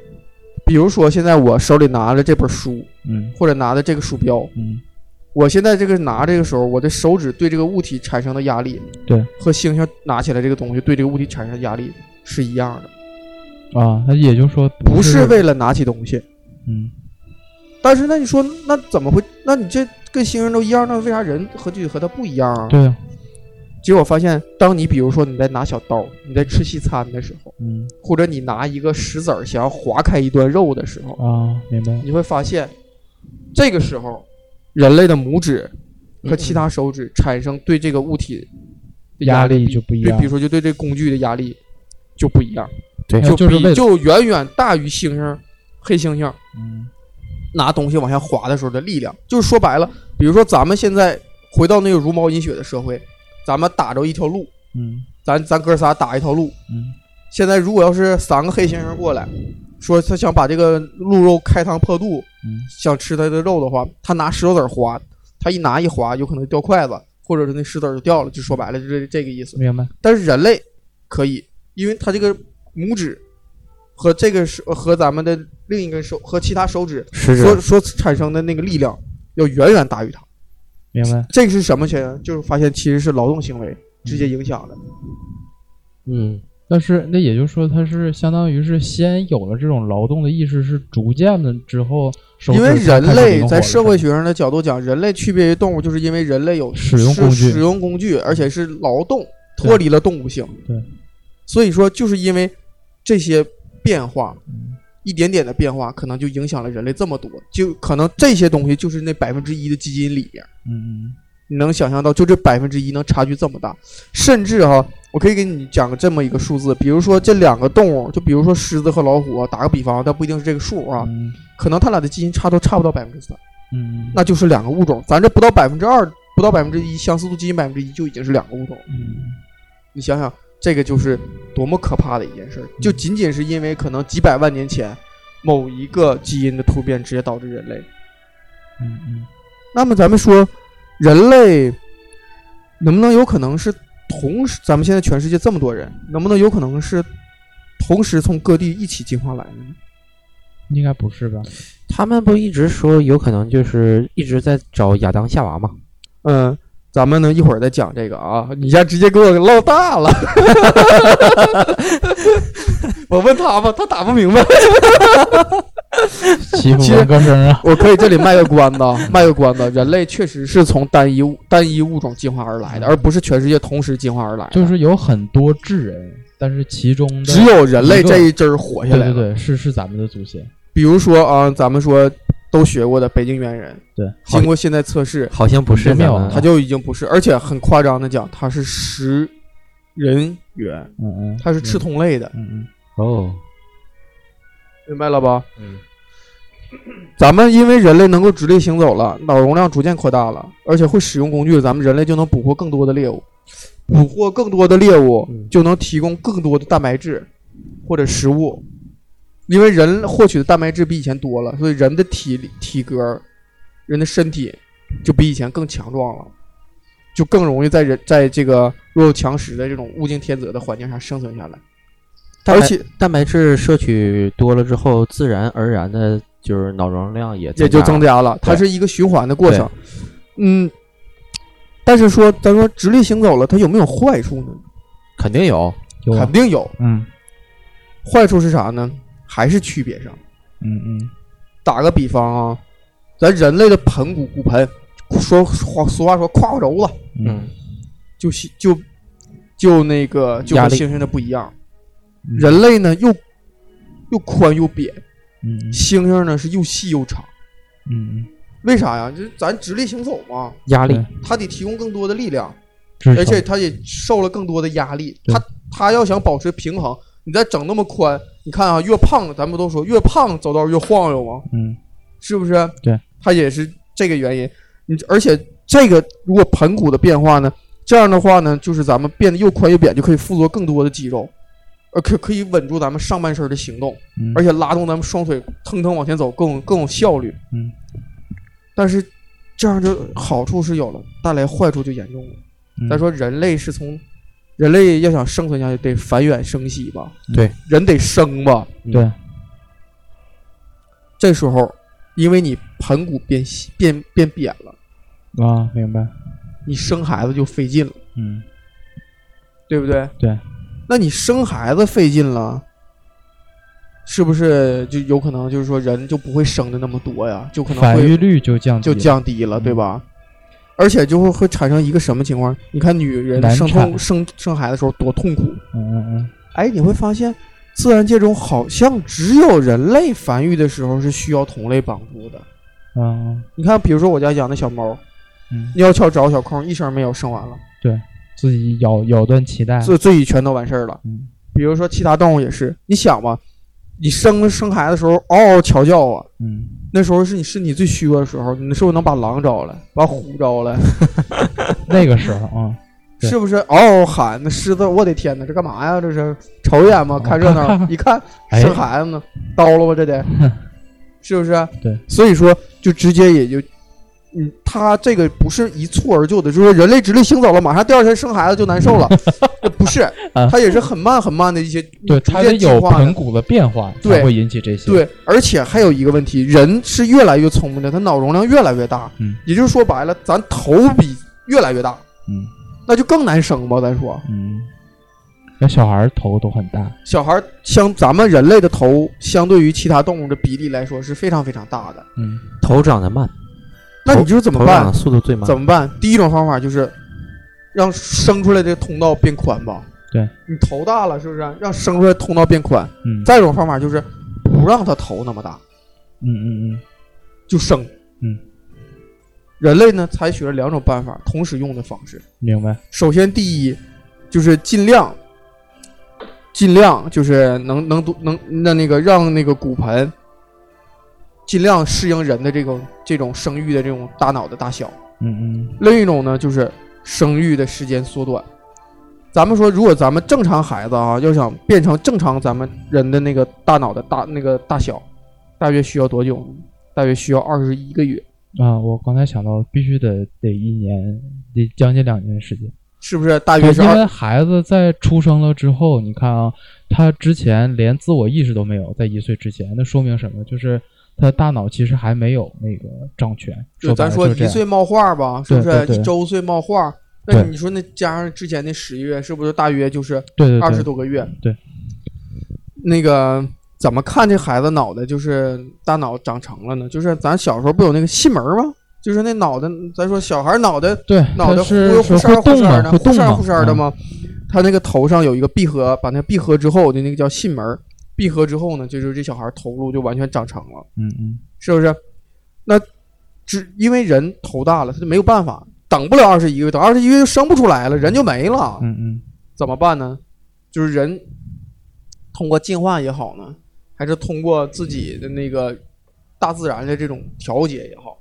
Speaker 3: 比如说现在我手里拿了这本书，
Speaker 1: 嗯
Speaker 3: 或者拿的这个鼠标，
Speaker 1: 嗯
Speaker 3: 我现在这个拿这个时候，我的手指对这个物体产生的压力，
Speaker 1: 对，
Speaker 3: 和猩猩拿起来这个东西对这个物体产生的压力是一样的，
Speaker 1: 啊，那也就是说
Speaker 3: 嗯不
Speaker 1: 是
Speaker 3: 是为了拿起东西。
Speaker 1: 嗯
Speaker 3: 但是那你说，那怎么会？那你这跟猩猩都一样，那为啥人和就和它不一样啊？
Speaker 1: 对啊，
Speaker 3: 结果发现，当你比如说你在拿小刀，你在吃西餐的时候，
Speaker 1: 嗯
Speaker 3: 或者你拿一个石子儿想要划开一段肉的时候，
Speaker 1: 啊，明白，
Speaker 3: 你会发现，这个时候人类的拇指和其他手指产生对这个物体的
Speaker 1: 压
Speaker 3: 力
Speaker 1: 力
Speaker 3: 比
Speaker 1: 就不一
Speaker 3: 对
Speaker 1: 样
Speaker 3: 比如说就对这工具的压力就不一样，
Speaker 2: 对
Speaker 1: 那
Speaker 3: 就
Speaker 1: 就是为
Speaker 3: 比
Speaker 1: 了
Speaker 3: 就远远大于猩猩、黑猩猩
Speaker 1: 嗯
Speaker 3: 拿东西往下滑的时候的力量。就是说白了，比如说咱们现在回到那个茹毛饮血的社会，咱们打着一条路，
Speaker 1: 嗯
Speaker 3: 咱咱哥仨打一条路，
Speaker 1: 嗯
Speaker 3: 现在如果要是三个黑猩猩过来，说他想把这个鹿肉开膛破肚，
Speaker 1: 嗯
Speaker 3: 想吃它的肉的话，他拿石头子儿划，他一拿一划，有可能掉筷子，或者是那石头儿就掉了，就说白了就这这个意思。
Speaker 1: 明白？
Speaker 3: 但是人类可以，因为他这个拇指和这个手和咱们的另一根手和其他手指
Speaker 2: 食指
Speaker 3: 所所产生的那个力量要远远大于它。
Speaker 1: 明白？
Speaker 3: 这个是什么情况？就是发现其实是劳动行为直接影响的。
Speaker 2: 嗯，
Speaker 1: 但是那也就是说，它是相当于是先有了这种劳动的意识，是逐渐的之后手指
Speaker 3: 因为
Speaker 1: 才
Speaker 3: 人
Speaker 1: 开始
Speaker 3: 类
Speaker 1: 灵活
Speaker 3: 在
Speaker 1: 了
Speaker 3: 社会学上的角度讲，人类区别于动物，就是因为人类有
Speaker 1: 使用工具
Speaker 3: 是使用工具，而且是劳动，脱离了动物性。
Speaker 1: 对，
Speaker 3: 所以说就是因为这些变化
Speaker 1: 嗯，
Speaker 3: 一点点的变化，可能就影响了人类这么多，就可能这些东西就是那百分之一的基因里面，
Speaker 1: 嗯
Speaker 3: 你能想象到，就这百分之一能差距这么大，甚至哈。我可以给你讲个这么一个数字，比如说这两个动物，就比如说狮子和老虎啊，打个比方，但不一定是这个数啊，
Speaker 1: 嗯
Speaker 3: 可能它俩的基因差都差不到百分之三。
Speaker 1: 嗯
Speaker 3: 那就是两个物种。咱这不到百分之二，不到百分之一，相似度基因百分之一就已经是两个物种了。
Speaker 1: 嗯
Speaker 3: 你想想，这个就是多么可怕的一件事儿！就仅仅是因为可能几百万年前某一个基因的突变，直接导致人类。
Speaker 1: 嗯嗯
Speaker 3: 那么咱们说，人类能不能有可能是同时？咱们现在全世界这么多人，能不能有可能是同时从各地一起进化来的呢？
Speaker 1: 应该不是吧？
Speaker 2: 他们不一直说有可能就是一直在找亚当夏娃吗？
Speaker 3: 嗯，咱们呢一会儿再讲这个啊，你家直接给我唠大 了。我问他吧，他打不明白。
Speaker 1: 欺负文科生啊！
Speaker 3: 我可以这里卖个关子，啊，卖个关子，人类确实是从单一物单一物种进化而来的，而不是全世界同时进化而来的。
Speaker 1: 就是有很多智人，但是其中的
Speaker 3: 只有人类这一支儿活下
Speaker 1: 对
Speaker 3: 来了。
Speaker 1: 对对，是是咱们的祖先。
Speaker 3: 比如说啊，咱们说都学过的北京猿人，
Speaker 1: 对，
Speaker 3: 经过现在测试，
Speaker 2: 好像不是
Speaker 1: 真妙
Speaker 2: 咱们
Speaker 3: 它就已经不是，而且很夸张的讲，它是食人猿，
Speaker 1: 嗯嗯，
Speaker 3: 它是吃
Speaker 1: 嗯
Speaker 3: 同类的，
Speaker 1: 嗯嗯
Speaker 2: 哦，
Speaker 3: 明白了吧？
Speaker 2: 嗯，
Speaker 3: 咱们因为人类能够直立行走了，脑容量逐渐扩大了，而且会使用工具，咱们人类就能捕获更多的猎物，捕获更多的猎物
Speaker 2: 嗯
Speaker 3: 就能提供更多的蛋白质或者食物，因为人获取的蛋白质比以前多了，所以人的体力体格、人的身体就比以前更强壮了，就更容易在人在这个弱肉强食的这种物竞天择的环境下生存下来，而且
Speaker 2: 蛋白质摄取多了之后，自然而然的就是脑容量也
Speaker 3: 也就增
Speaker 2: 加
Speaker 3: 加
Speaker 2: 了。
Speaker 3: 了，它
Speaker 2: 对
Speaker 3: 是一个循环的过程。嗯，但是说，咱说直立行走了，它有没有坏处呢？
Speaker 2: 肯定有，
Speaker 1: 有啊
Speaker 3: 肯定有。
Speaker 1: 嗯
Speaker 3: 坏处是啥呢？还是区别上。
Speaker 1: 嗯嗯
Speaker 3: 打个比方啊，咱人类的盆骨骨盆，说话俗话说胯骨轴子，
Speaker 1: 嗯，
Speaker 3: 就西就就那个就和
Speaker 2: 压力
Speaker 3: 猩猩的不一样。
Speaker 1: 嗯
Speaker 3: 人类呢又又宽又扁，
Speaker 1: 嗯嗯
Speaker 3: 猩猩呢是又细又长。
Speaker 1: 嗯，
Speaker 3: 为啥呀？就是咱直立行走嘛，
Speaker 2: 压力
Speaker 1: 对
Speaker 3: 它得提供更多的力量。
Speaker 1: 嗯
Speaker 3: 而且他也受了更多的压力。
Speaker 1: 对
Speaker 3: 他他要想保持平衡，你再整那么宽，你看啊，越胖的，咱们都说越胖走道越晃悠嘛，
Speaker 1: 嗯
Speaker 3: 是不是？
Speaker 1: 对，
Speaker 3: 他也是这个原因。你而且这个如果盆骨的变化呢，这样的话呢，就是咱们变得又宽又扁，就可以附着更多的肌肉，呃，可可以稳住咱们上半身的行动，
Speaker 1: 嗯，
Speaker 3: 而且拉动咱们双腿腾腾往前走更有更有效率。
Speaker 1: 嗯，
Speaker 3: 但是这样就好处是有了，带来坏处就严重了。
Speaker 1: 嗯
Speaker 3: 再说人类是从人类要想生存下去，得繁衍生息吧？
Speaker 2: 对，
Speaker 3: 人得生吧。
Speaker 1: 对，
Speaker 3: 这时候，因为你盆骨变细、变变扁了，
Speaker 1: 啊，明白，
Speaker 3: 你生孩子就费劲了，
Speaker 1: 嗯
Speaker 3: 对不对？
Speaker 1: 对。
Speaker 3: 那你生孩子费劲了，是不是就有可能就是说人就不会生的那么多呀？就可能
Speaker 1: 繁
Speaker 3: 会
Speaker 1: 育率就降低
Speaker 3: 就
Speaker 1: 了，
Speaker 3: 降低了，
Speaker 1: 嗯
Speaker 3: 对吧？而且就会会产生一个什么情况？你看女人
Speaker 1: 难
Speaker 3: 生
Speaker 1: 产
Speaker 3: 痛生生孩子的时候多痛苦，
Speaker 1: 嗯嗯嗯，
Speaker 3: 哎，你会发现自然界中好像只有人类繁育的时候是需要同类帮助的。
Speaker 1: 啊，
Speaker 3: 你看，比如说我家养的小猫，
Speaker 1: 嗯，
Speaker 3: 尿鞘找小空，一声没有，生完了，
Speaker 1: 自己咬咬断脐带，
Speaker 3: 自自己全都完事儿了。
Speaker 1: 嗯
Speaker 3: 比如说其他动物也是，你想吧，你生生孩子的时候嗷嗷嚎叫啊，
Speaker 1: 嗯，
Speaker 3: 那时候是你身体最虚弱的时候，你是不是能把狼招来，把虎招来？
Speaker 1: 那个时候啊，
Speaker 2: 对
Speaker 3: 是不是嗷嗷喊？那狮子，我的天哪，这干嘛呀？这是瞅一眼吗？
Speaker 1: 哦
Speaker 3: 看热闹，
Speaker 1: 看看
Speaker 3: 一看
Speaker 1: 哎
Speaker 3: 生孩子呢，叨了吧，这得 是不是？
Speaker 1: 对，
Speaker 3: 所以说就直接也就，嗯，他这个不是一蹴而就的，就是说人类直立行走了，马上第二天生孩子就难 受了，这不是
Speaker 1: 啊，
Speaker 3: 他也是很慢很慢的一些
Speaker 1: 对，
Speaker 3: 逐
Speaker 1: 它得
Speaker 3: 渐进
Speaker 1: 有
Speaker 3: 化的
Speaker 1: 盆骨的变化才
Speaker 3: 对
Speaker 1: 会引起这些。，
Speaker 3: 对，而且还有一个问题，人是越来越聪明的，他脑容量越来越大，
Speaker 1: 嗯
Speaker 3: 也就是说白了，咱头比越来越大，
Speaker 1: 嗯
Speaker 3: 那就更难生吧。咱说，
Speaker 1: 嗯，那小孩儿头都很大，
Speaker 3: 小孩儿相咱们人类的头，相对于其他动物的比例来说是非常非常大的。
Speaker 1: 嗯，
Speaker 2: 头长得慢，
Speaker 3: 那你就是怎么
Speaker 2: 头长
Speaker 3: 办
Speaker 2: 得？速度最慢。
Speaker 3: 怎么办？第一种方法就是让生出来的通道变宽吧。
Speaker 1: 对，
Speaker 3: 你头大了是不是？让生出来通道变宽。
Speaker 1: 嗯
Speaker 3: 再一种方法就是不让他头那么大，
Speaker 1: 嗯嗯嗯，
Speaker 3: 就生。
Speaker 1: 嗯，
Speaker 3: 人类呢采取了两种办法同时用的方式。
Speaker 1: 明白。
Speaker 3: 首先，第一就是尽量尽量就是能能多能那那个让那个骨盆尽量适应人的这个这种生育的这种大脑的大小。
Speaker 1: 嗯嗯
Speaker 3: 另一种呢，就是生育的时间缩短。咱们说，如果咱们正常孩子啊，要想变成正常咱们人的那个大脑的大那个大小，大约需要多久呢？大约需要二十一个月，
Speaker 1: 啊，我刚才想到必须得得一年，得将近两年时间。
Speaker 3: 是不是？大
Speaker 1: 对，
Speaker 3: 约是
Speaker 1: 因
Speaker 3: 二
Speaker 1: 为孩子在出生了之后，你看啊，他之前连自我意识都没有，在一岁之前，那说明什么？就是他大脑其实还没有那个掌权。
Speaker 3: 就
Speaker 1: 白
Speaker 3: 咱
Speaker 1: 了
Speaker 3: 说
Speaker 1: 就是这
Speaker 3: 一
Speaker 1: 样
Speaker 3: 岁冒画吧，是不
Speaker 1: 对
Speaker 3: 是？
Speaker 1: 对对
Speaker 3: 一周岁冒画，那
Speaker 1: 对
Speaker 3: 你说那加上之前的十个月，是不是大约就是
Speaker 1: 对对
Speaker 3: 二十
Speaker 1: 对，
Speaker 3: 多个月？
Speaker 1: 对
Speaker 3: 那个怎么看这孩子脑袋就是大脑长成了呢？就是咱小时候不有那个细门儿吗？就是那脑袋，咱说小孩脑袋
Speaker 1: 对，
Speaker 3: 脑
Speaker 1: 他
Speaker 3: 袋忽
Speaker 1: 是
Speaker 3: 悠忽
Speaker 1: 是
Speaker 3: 扇
Speaker 1: 会
Speaker 3: 儿忽
Speaker 1: 动
Speaker 3: 扇
Speaker 1: 嘛，
Speaker 3: 儿的，
Speaker 1: 会
Speaker 3: 忽
Speaker 1: 动
Speaker 3: 扇儿
Speaker 1: 嘛，
Speaker 3: 忽扇儿的
Speaker 1: 嗯？
Speaker 3: 吗？他那个头上有一个闭合，把那闭合之后的那个叫囟门儿，闭合之后呢，就是这小孩头颅就完全长成了，
Speaker 1: 嗯嗯，
Speaker 3: 是不是？那只因为人头大了，他就没有办法，等不了二十一个月，等二十一个月就生不出来了，人就没了，
Speaker 1: 嗯嗯，
Speaker 3: 怎么办呢？就是人通过进化也好呢，还是通过自己的那个大自然的这种调节也好，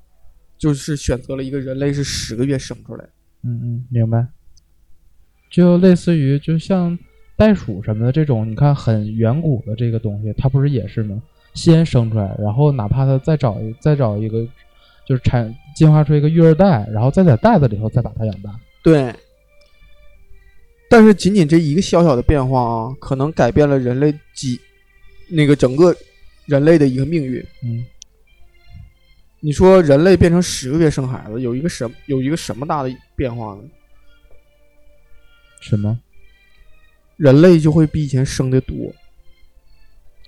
Speaker 3: 就是选择了一个人类是十个月生出来的。
Speaker 1: 嗯嗯，明白。就类似于就像袋鼠什么的这种，你看很远古的这个东西，它不是也是吗？先生出来，然后哪怕它再找一再找一个，就是产进化出一个育儿袋，然后再在袋子里头再把它养大。
Speaker 3: 对。但是仅仅这一个小小的变化啊，可能改变了人类几那个整个人类的一个命运。
Speaker 1: 嗯，
Speaker 3: 你说人类变成十个月生孩子，有一个什有一个什么大的变化呢？
Speaker 1: 什么
Speaker 3: 人类就会比以前生的多。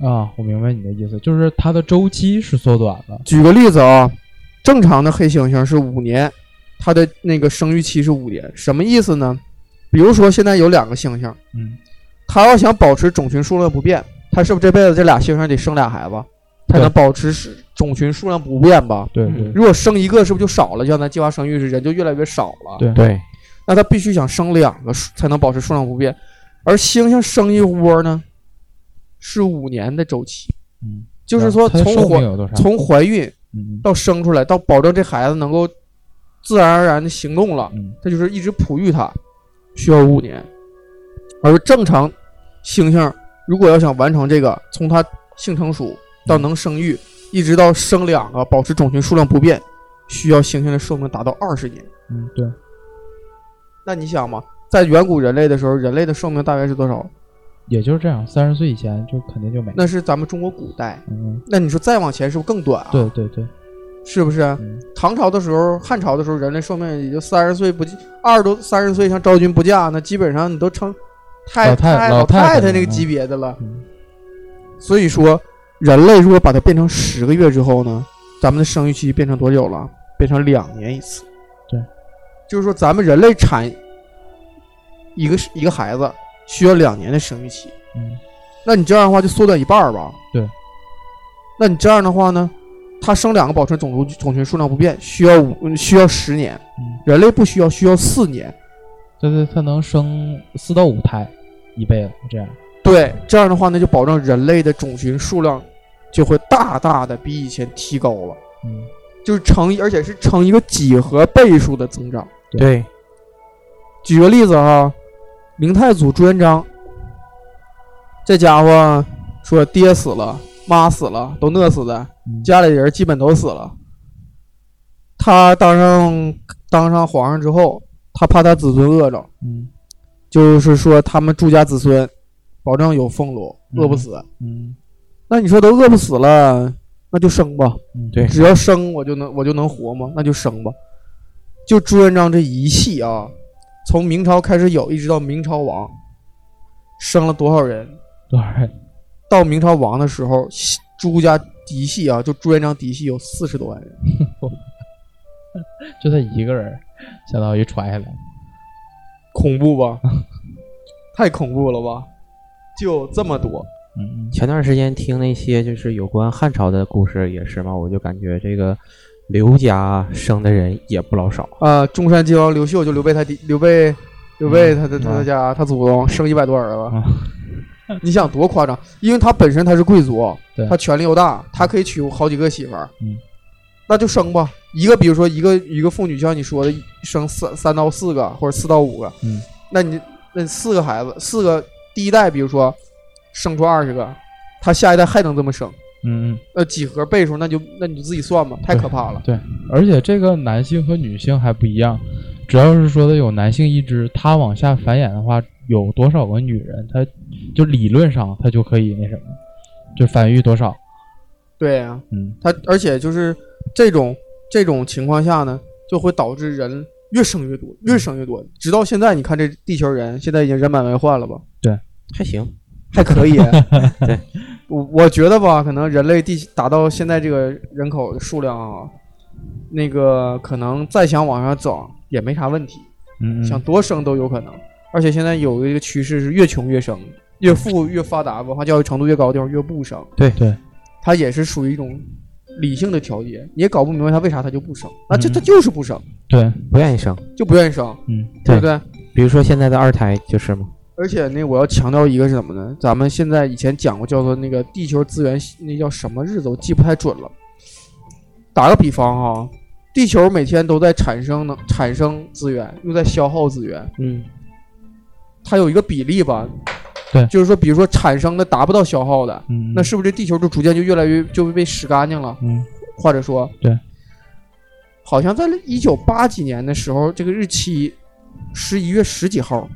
Speaker 1: 啊？我明白你的意思，就是它的周期是缩短了。
Speaker 3: 举个例子啊，正常的黑猩猩是五年，它的那个生育期是五年，什么意思呢？比如说现在有两个猩猩，
Speaker 1: 嗯，
Speaker 3: 它要想保持种群数量不变，它是不是这辈子这俩猩猩得生俩孩子，才能保持是种群数量不变吧？
Speaker 1: 对
Speaker 2: 嗯
Speaker 3: 如果生一个，是不是就少了？就像咱计划生育是人就越来越少了。
Speaker 1: 对
Speaker 2: 对，
Speaker 3: 那它必须想生两个数才能保持数量不变，而猩猩生一窝呢，是五年的周期，
Speaker 1: 嗯，
Speaker 3: 就是说
Speaker 1: 它的
Speaker 3: 从
Speaker 1: 寿命
Speaker 3: 怀
Speaker 1: 有多长？
Speaker 3: 从怀孕
Speaker 1: 嗯
Speaker 3: 到生出来，到保证这孩子能够自然而然的行动了，
Speaker 1: 嗯
Speaker 3: 他就是一直哺育它，需要五年。而正常猩猩如果要想完成这个，从它性成熟到能生育，一直到生两个，保持种群数量不变，需要猩猩的寿命达到二十年。
Speaker 1: 嗯，对，
Speaker 3: 那你想嘛，在远古人类的时候，人类的寿命大概是多少？
Speaker 1: 也就是这样，三十岁以前就肯定就没了。
Speaker 3: 那是咱们中国古代。
Speaker 1: 嗯，
Speaker 3: 那你说再往前是不是更短啊？
Speaker 1: 对，对对，
Speaker 3: 是不是？
Speaker 1: 嗯
Speaker 3: 唐朝的时候，汉朝的时候，人类寿命也就三十岁不二十多三十岁，像昭君不嫁，那基本上你都成太
Speaker 1: 老太
Speaker 3: 太
Speaker 1: 老
Speaker 3: 老
Speaker 1: 太太
Speaker 3: 太那
Speaker 1: 了嗯
Speaker 3: 个级别的了。
Speaker 1: 嗯
Speaker 3: 所以说，人类如果把它变成十个月之后呢，咱们的生育期变成多久了？变成两年一次。
Speaker 1: 对，
Speaker 3: 就是说咱们人类产一个一个孩子需要两年的生育期。
Speaker 1: 嗯，
Speaker 3: 那你这样的话就缩短一半儿吧。
Speaker 1: 对。
Speaker 3: 那你这样的话呢，它生两个保持种族种群数量不变，需要五嗯需要十年，
Speaker 1: 嗯
Speaker 3: 人类不需要需要四年。
Speaker 1: 对对，它能生四到五胎一辈子这样。
Speaker 3: 对，这样的话呢，就保证人类的种群数量就会大大的比以前提高了，
Speaker 1: 嗯，
Speaker 3: 就是乘以，而且是乘一个几何倍数的增长。
Speaker 2: 对，
Speaker 3: 举个例子哈，明太祖朱元璋，这家伙说爹死了，妈死了，都饿死的，
Speaker 1: 嗯
Speaker 3: 家里人基本都死了。他当上当上皇上之后，他怕他子孙饿着，
Speaker 1: 嗯
Speaker 3: 就是说他们朱家子孙保证有俸禄，饿不死。
Speaker 1: 嗯
Speaker 3: 那你说都饿不死了，那就生吧。
Speaker 1: 嗯，
Speaker 2: 对
Speaker 3: 只要生我就能我就能活吗？那就生吧。就朱元璋这一系啊，从明朝开始有，一直到明朝亡，生了多少人？
Speaker 1: 多少人？
Speaker 3: 到明朝亡的时候，西朱家嫡系啊，就朱元璋嫡系有四十多万人。
Speaker 1: 就他一个人，相当于传下来。
Speaker 3: 恐怖吧？ 太恐怖了吧？就这么多，
Speaker 1: 嗯
Speaker 2: 前段时间听那些就是有关汉朝的故事也是嘛，我就感觉这个刘家生的人也不老少。
Speaker 3: 啊，中山靖王刘秀就刘备他弟刘备，刘备他的他的
Speaker 1: 嗯
Speaker 3: 家他祖宗生一百多儿子，
Speaker 1: 啊
Speaker 3: 你想多夸张？因为他本身他是贵族
Speaker 1: 对，
Speaker 3: 他权力又大，他可以娶好几个媳妇儿，
Speaker 1: 嗯
Speaker 3: 那就生吧。一个比如说一个一个妇女，像你说的，生三三到四个或者四到五个，
Speaker 1: 嗯
Speaker 3: 那你那四个孩子，四个第一代，比如说生出二十个，他下一代还能这么生，
Speaker 1: 嗯嗯，
Speaker 3: 那呃几何倍数，那就那你就自己算吧，太可怕了。
Speaker 1: 对，而且这个男性和女性还不一样，只要是说的有男性一只，他往下繁衍的话，有多少个女人，他就理论上他就可以那什么，就繁育多少。
Speaker 3: 对呀、啊，
Speaker 1: 嗯
Speaker 3: 他而且就是这种这种情况下呢，就会导致人越生越多，越
Speaker 1: 嗯
Speaker 3: 生越多，直到现在，你看这地球人现在已经人满为患了吧？
Speaker 2: 还行，
Speaker 3: 还 可以。
Speaker 2: 对，
Speaker 3: 我我觉得吧，可能人类地达到现在这个人口数量啊，那个可能再想往上涨也没啥问题，
Speaker 1: 嗯嗯，
Speaker 3: 想多生都有可能。而且现在有一个趋势是越穷越生，越富越发达，文化教育程度越高的地方越不生，
Speaker 1: 对对，
Speaker 3: 它也是属于一种理性的调节。你也搞不明白他为啥他就不生，那这
Speaker 1: 嗯
Speaker 3: 他就是不生，
Speaker 1: 对，
Speaker 2: 不愿意生。
Speaker 3: 就不愿意生，
Speaker 1: 嗯
Speaker 3: 对
Speaker 2: 对
Speaker 3: 不对？
Speaker 2: 比如说现在的二胎就是嘛，
Speaker 3: 而且那我要强调一个是什么呢？咱们现在以前讲过叫做那个地球资源，那叫什么日子我记不太准了。打个比方哈、地球每天都在产生能产生资源，又在消耗资源，
Speaker 2: 嗯，
Speaker 3: 它有一个比例吧？
Speaker 1: 对
Speaker 3: 就是说，比如说产生的达不到消耗的，
Speaker 1: 嗯，
Speaker 3: 那是不是这地球就逐渐就越来越就被使干净了？
Speaker 1: 嗯
Speaker 3: 或者说，
Speaker 1: 对，
Speaker 3: 好像在一九八几年的时候，这个日期十一月十几号，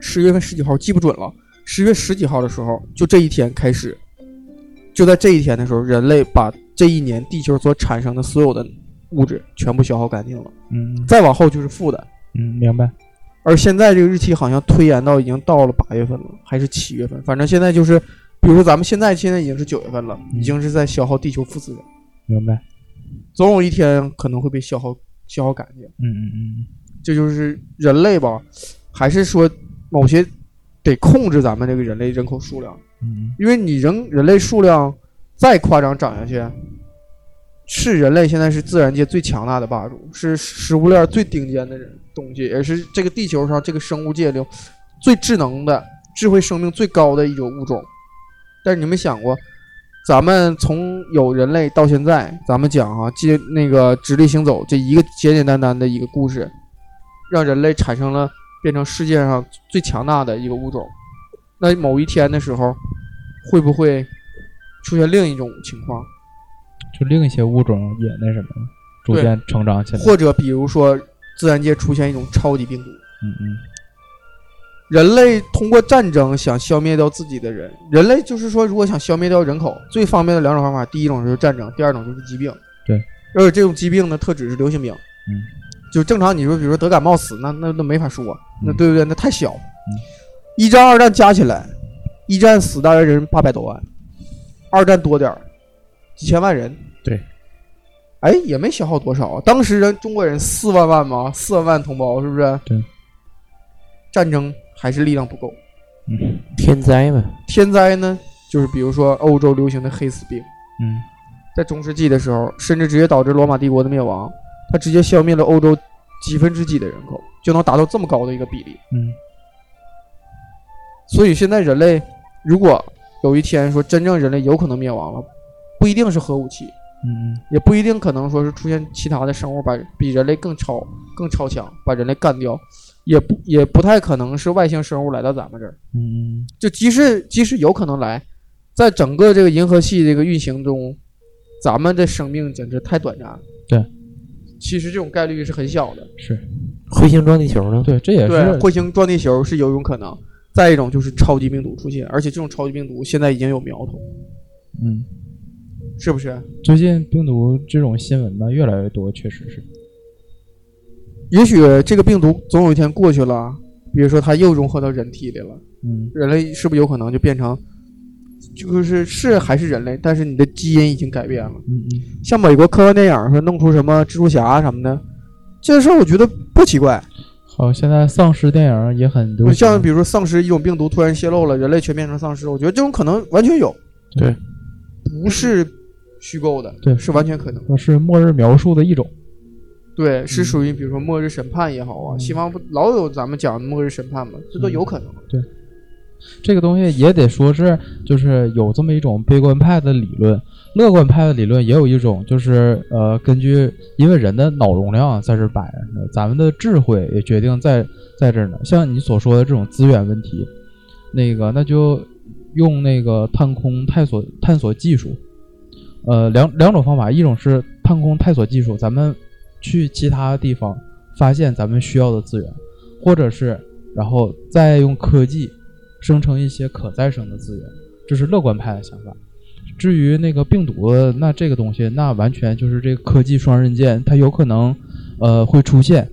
Speaker 3: 十月份十几号记不准了，十月十几号的时候，就这一天开始，就在这一天的时候，人类把这一年地球所产生的所有的物质全部消耗干净了，
Speaker 1: 嗯
Speaker 3: 再往后就是负的。
Speaker 1: 嗯，明白。
Speaker 3: 而现在这个日期好像推延到已经到了八月份了，还是七月份，反正现在就是，比如说咱们现在现在已经是九月份了，已
Speaker 1: 嗯
Speaker 3: 经是在消耗地球负资源。
Speaker 1: 明白，
Speaker 3: 总有一天可能会被消耗消耗干净。
Speaker 1: 嗯嗯嗯，
Speaker 3: 这就是人类吧，还是说某些得控制咱们这个人类人口数量，
Speaker 1: 嗯
Speaker 3: 因为你人人类数量再夸张涨下去，是人类现在是自然界最强大的霸主，是食物链最顶尖的人东西，也是这个地球上这个生物界里最智能的、智慧生命最高的一种物种。但是你有没有想过，咱们从有人类到现在，咱们讲啊，接那个直立行走这一个简简单单的一个故事，让人类产生了变成世界上最强大的一个物种。那某一天的时候，会不会出现另一种情况？
Speaker 1: 就另一些物种也那什么，逐
Speaker 3: 对
Speaker 1: 渐成长起来。
Speaker 3: 或者比如说，自然界出现一种超级病毒，
Speaker 1: 嗯嗯
Speaker 3: 人类通过战争想消灭掉自己的人，人类就是说，如果想消灭掉人口，最方便的两种方法，第一种就是战争，第二种就是疾病。
Speaker 1: 对，
Speaker 3: 而且这种疾病呢，特指是流行病。
Speaker 1: 嗯，
Speaker 3: 就正常你说，比如说得感冒死，那那那没法说，那
Speaker 1: 嗯
Speaker 3: 对不对？那太小。一战、二战加起来，一战死大约人八百多万，二战多点儿，几千万人。
Speaker 2: 对，
Speaker 3: 哎，也没消耗多少啊。当时人中国人四万万嘛，四万万同胞是不是？
Speaker 1: 对，
Speaker 3: 战争还是力量不够。
Speaker 1: 嗯
Speaker 2: 天灾嘛，
Speaker 3: 天灾呢，就是比如说欧洲流行的黑死病，
Speaker 1: 嗯，
Speaker 3: 在中世纪的时候，甚至直接导致罗马帝国的灭亡，它直接消灭了欧洲几分之几的人口，就能达到这么高的一个比例。
Speaker 1: 嗯
Speaker 3: 所以现在人类如果有一天说真正人类有可能灭亡了，不一定是核武器，
Speaker 1: 嗯
Speaker 3: 也不一定可能说是出现其他的生物把比人类更超更超强，把人类干掉，也不也不太可能是外星生物来到咱们这儿。
Speaker 1: 嗯
Speaker 3: 就即使即使有可能来，在整个这个银河系这个运行中，咱们的生命简直太短暂了。
Speaker 1: 对，
Speaker 3: 其实这种概率是很小的。
Speaker 1: 是
Speaker 2: 彗星撞地球呢？
Speaker 1: 对，这也
Speaker 3: 对，
Speaker 1: 是
Speaker 3: 彗星撞地球是有一种可能，再一种就是超级病毒出现，而且这种超级病毒现在已经有苗头，
Speaker 1: 嗯，
Speaker 3: 是不是？
Speaker 1: 最近病毒这种新闻呢越来越多，确实是
Speaker 3: 也许这个病毒总有一天过去了，比如说它又融合到人体里了，
Speaker 1: 嗯
Speaker 3: 人类是不是有可能就变成，就是是还是人类，但是你的基因已经改变了。
Speaker 1: 嗯嗯，
Speaker 3: 像美国科幻电影说弄出什么蜘蛛侠啊什么的，这事儿我觉得不奇怪。
Speaker 1: 好，现在丧尸电影也很流行，
Speaker 3: 像比如说丧尸一种病毒突然泄露了，人类全变成丧尸，我觉得这种可能完全有，
Speaker 2: 对，
Speaker 3: 不是虚构的，
Speaker 1: 对
Speaker 3: 是完全可能。
Speaker 1: 那是末日描述的一种，
Speaker 3: 对，是
Speaker 1: 嗯
Speaker 3: 属于比如说末日审判也好啊，
Speaker 1: 嗯
Speaker 3: 西方不老有咱们讲末日审判嘛，这都有可能。
Speaker 1: 这个东西也得说是，就是有这么一种悲观派的理论，乐观派的理论也有一种，就是呃，根据因为人的脑容量在这摆着呢，咱们的智慧也决定在在这儿呢。像你所说的这种资源问题，那个那就用那个探空探索探索技术，呃，两两种方法，一种是探空探索技术，咱们去其他地方发现咱们需要的资源，或者是然后再用科技生成一些可再生的资源，这是乐观派的想法。至于那个病毒，那这个东西，那完全就是这个科技双刃剑，它有可能，呃，会出现，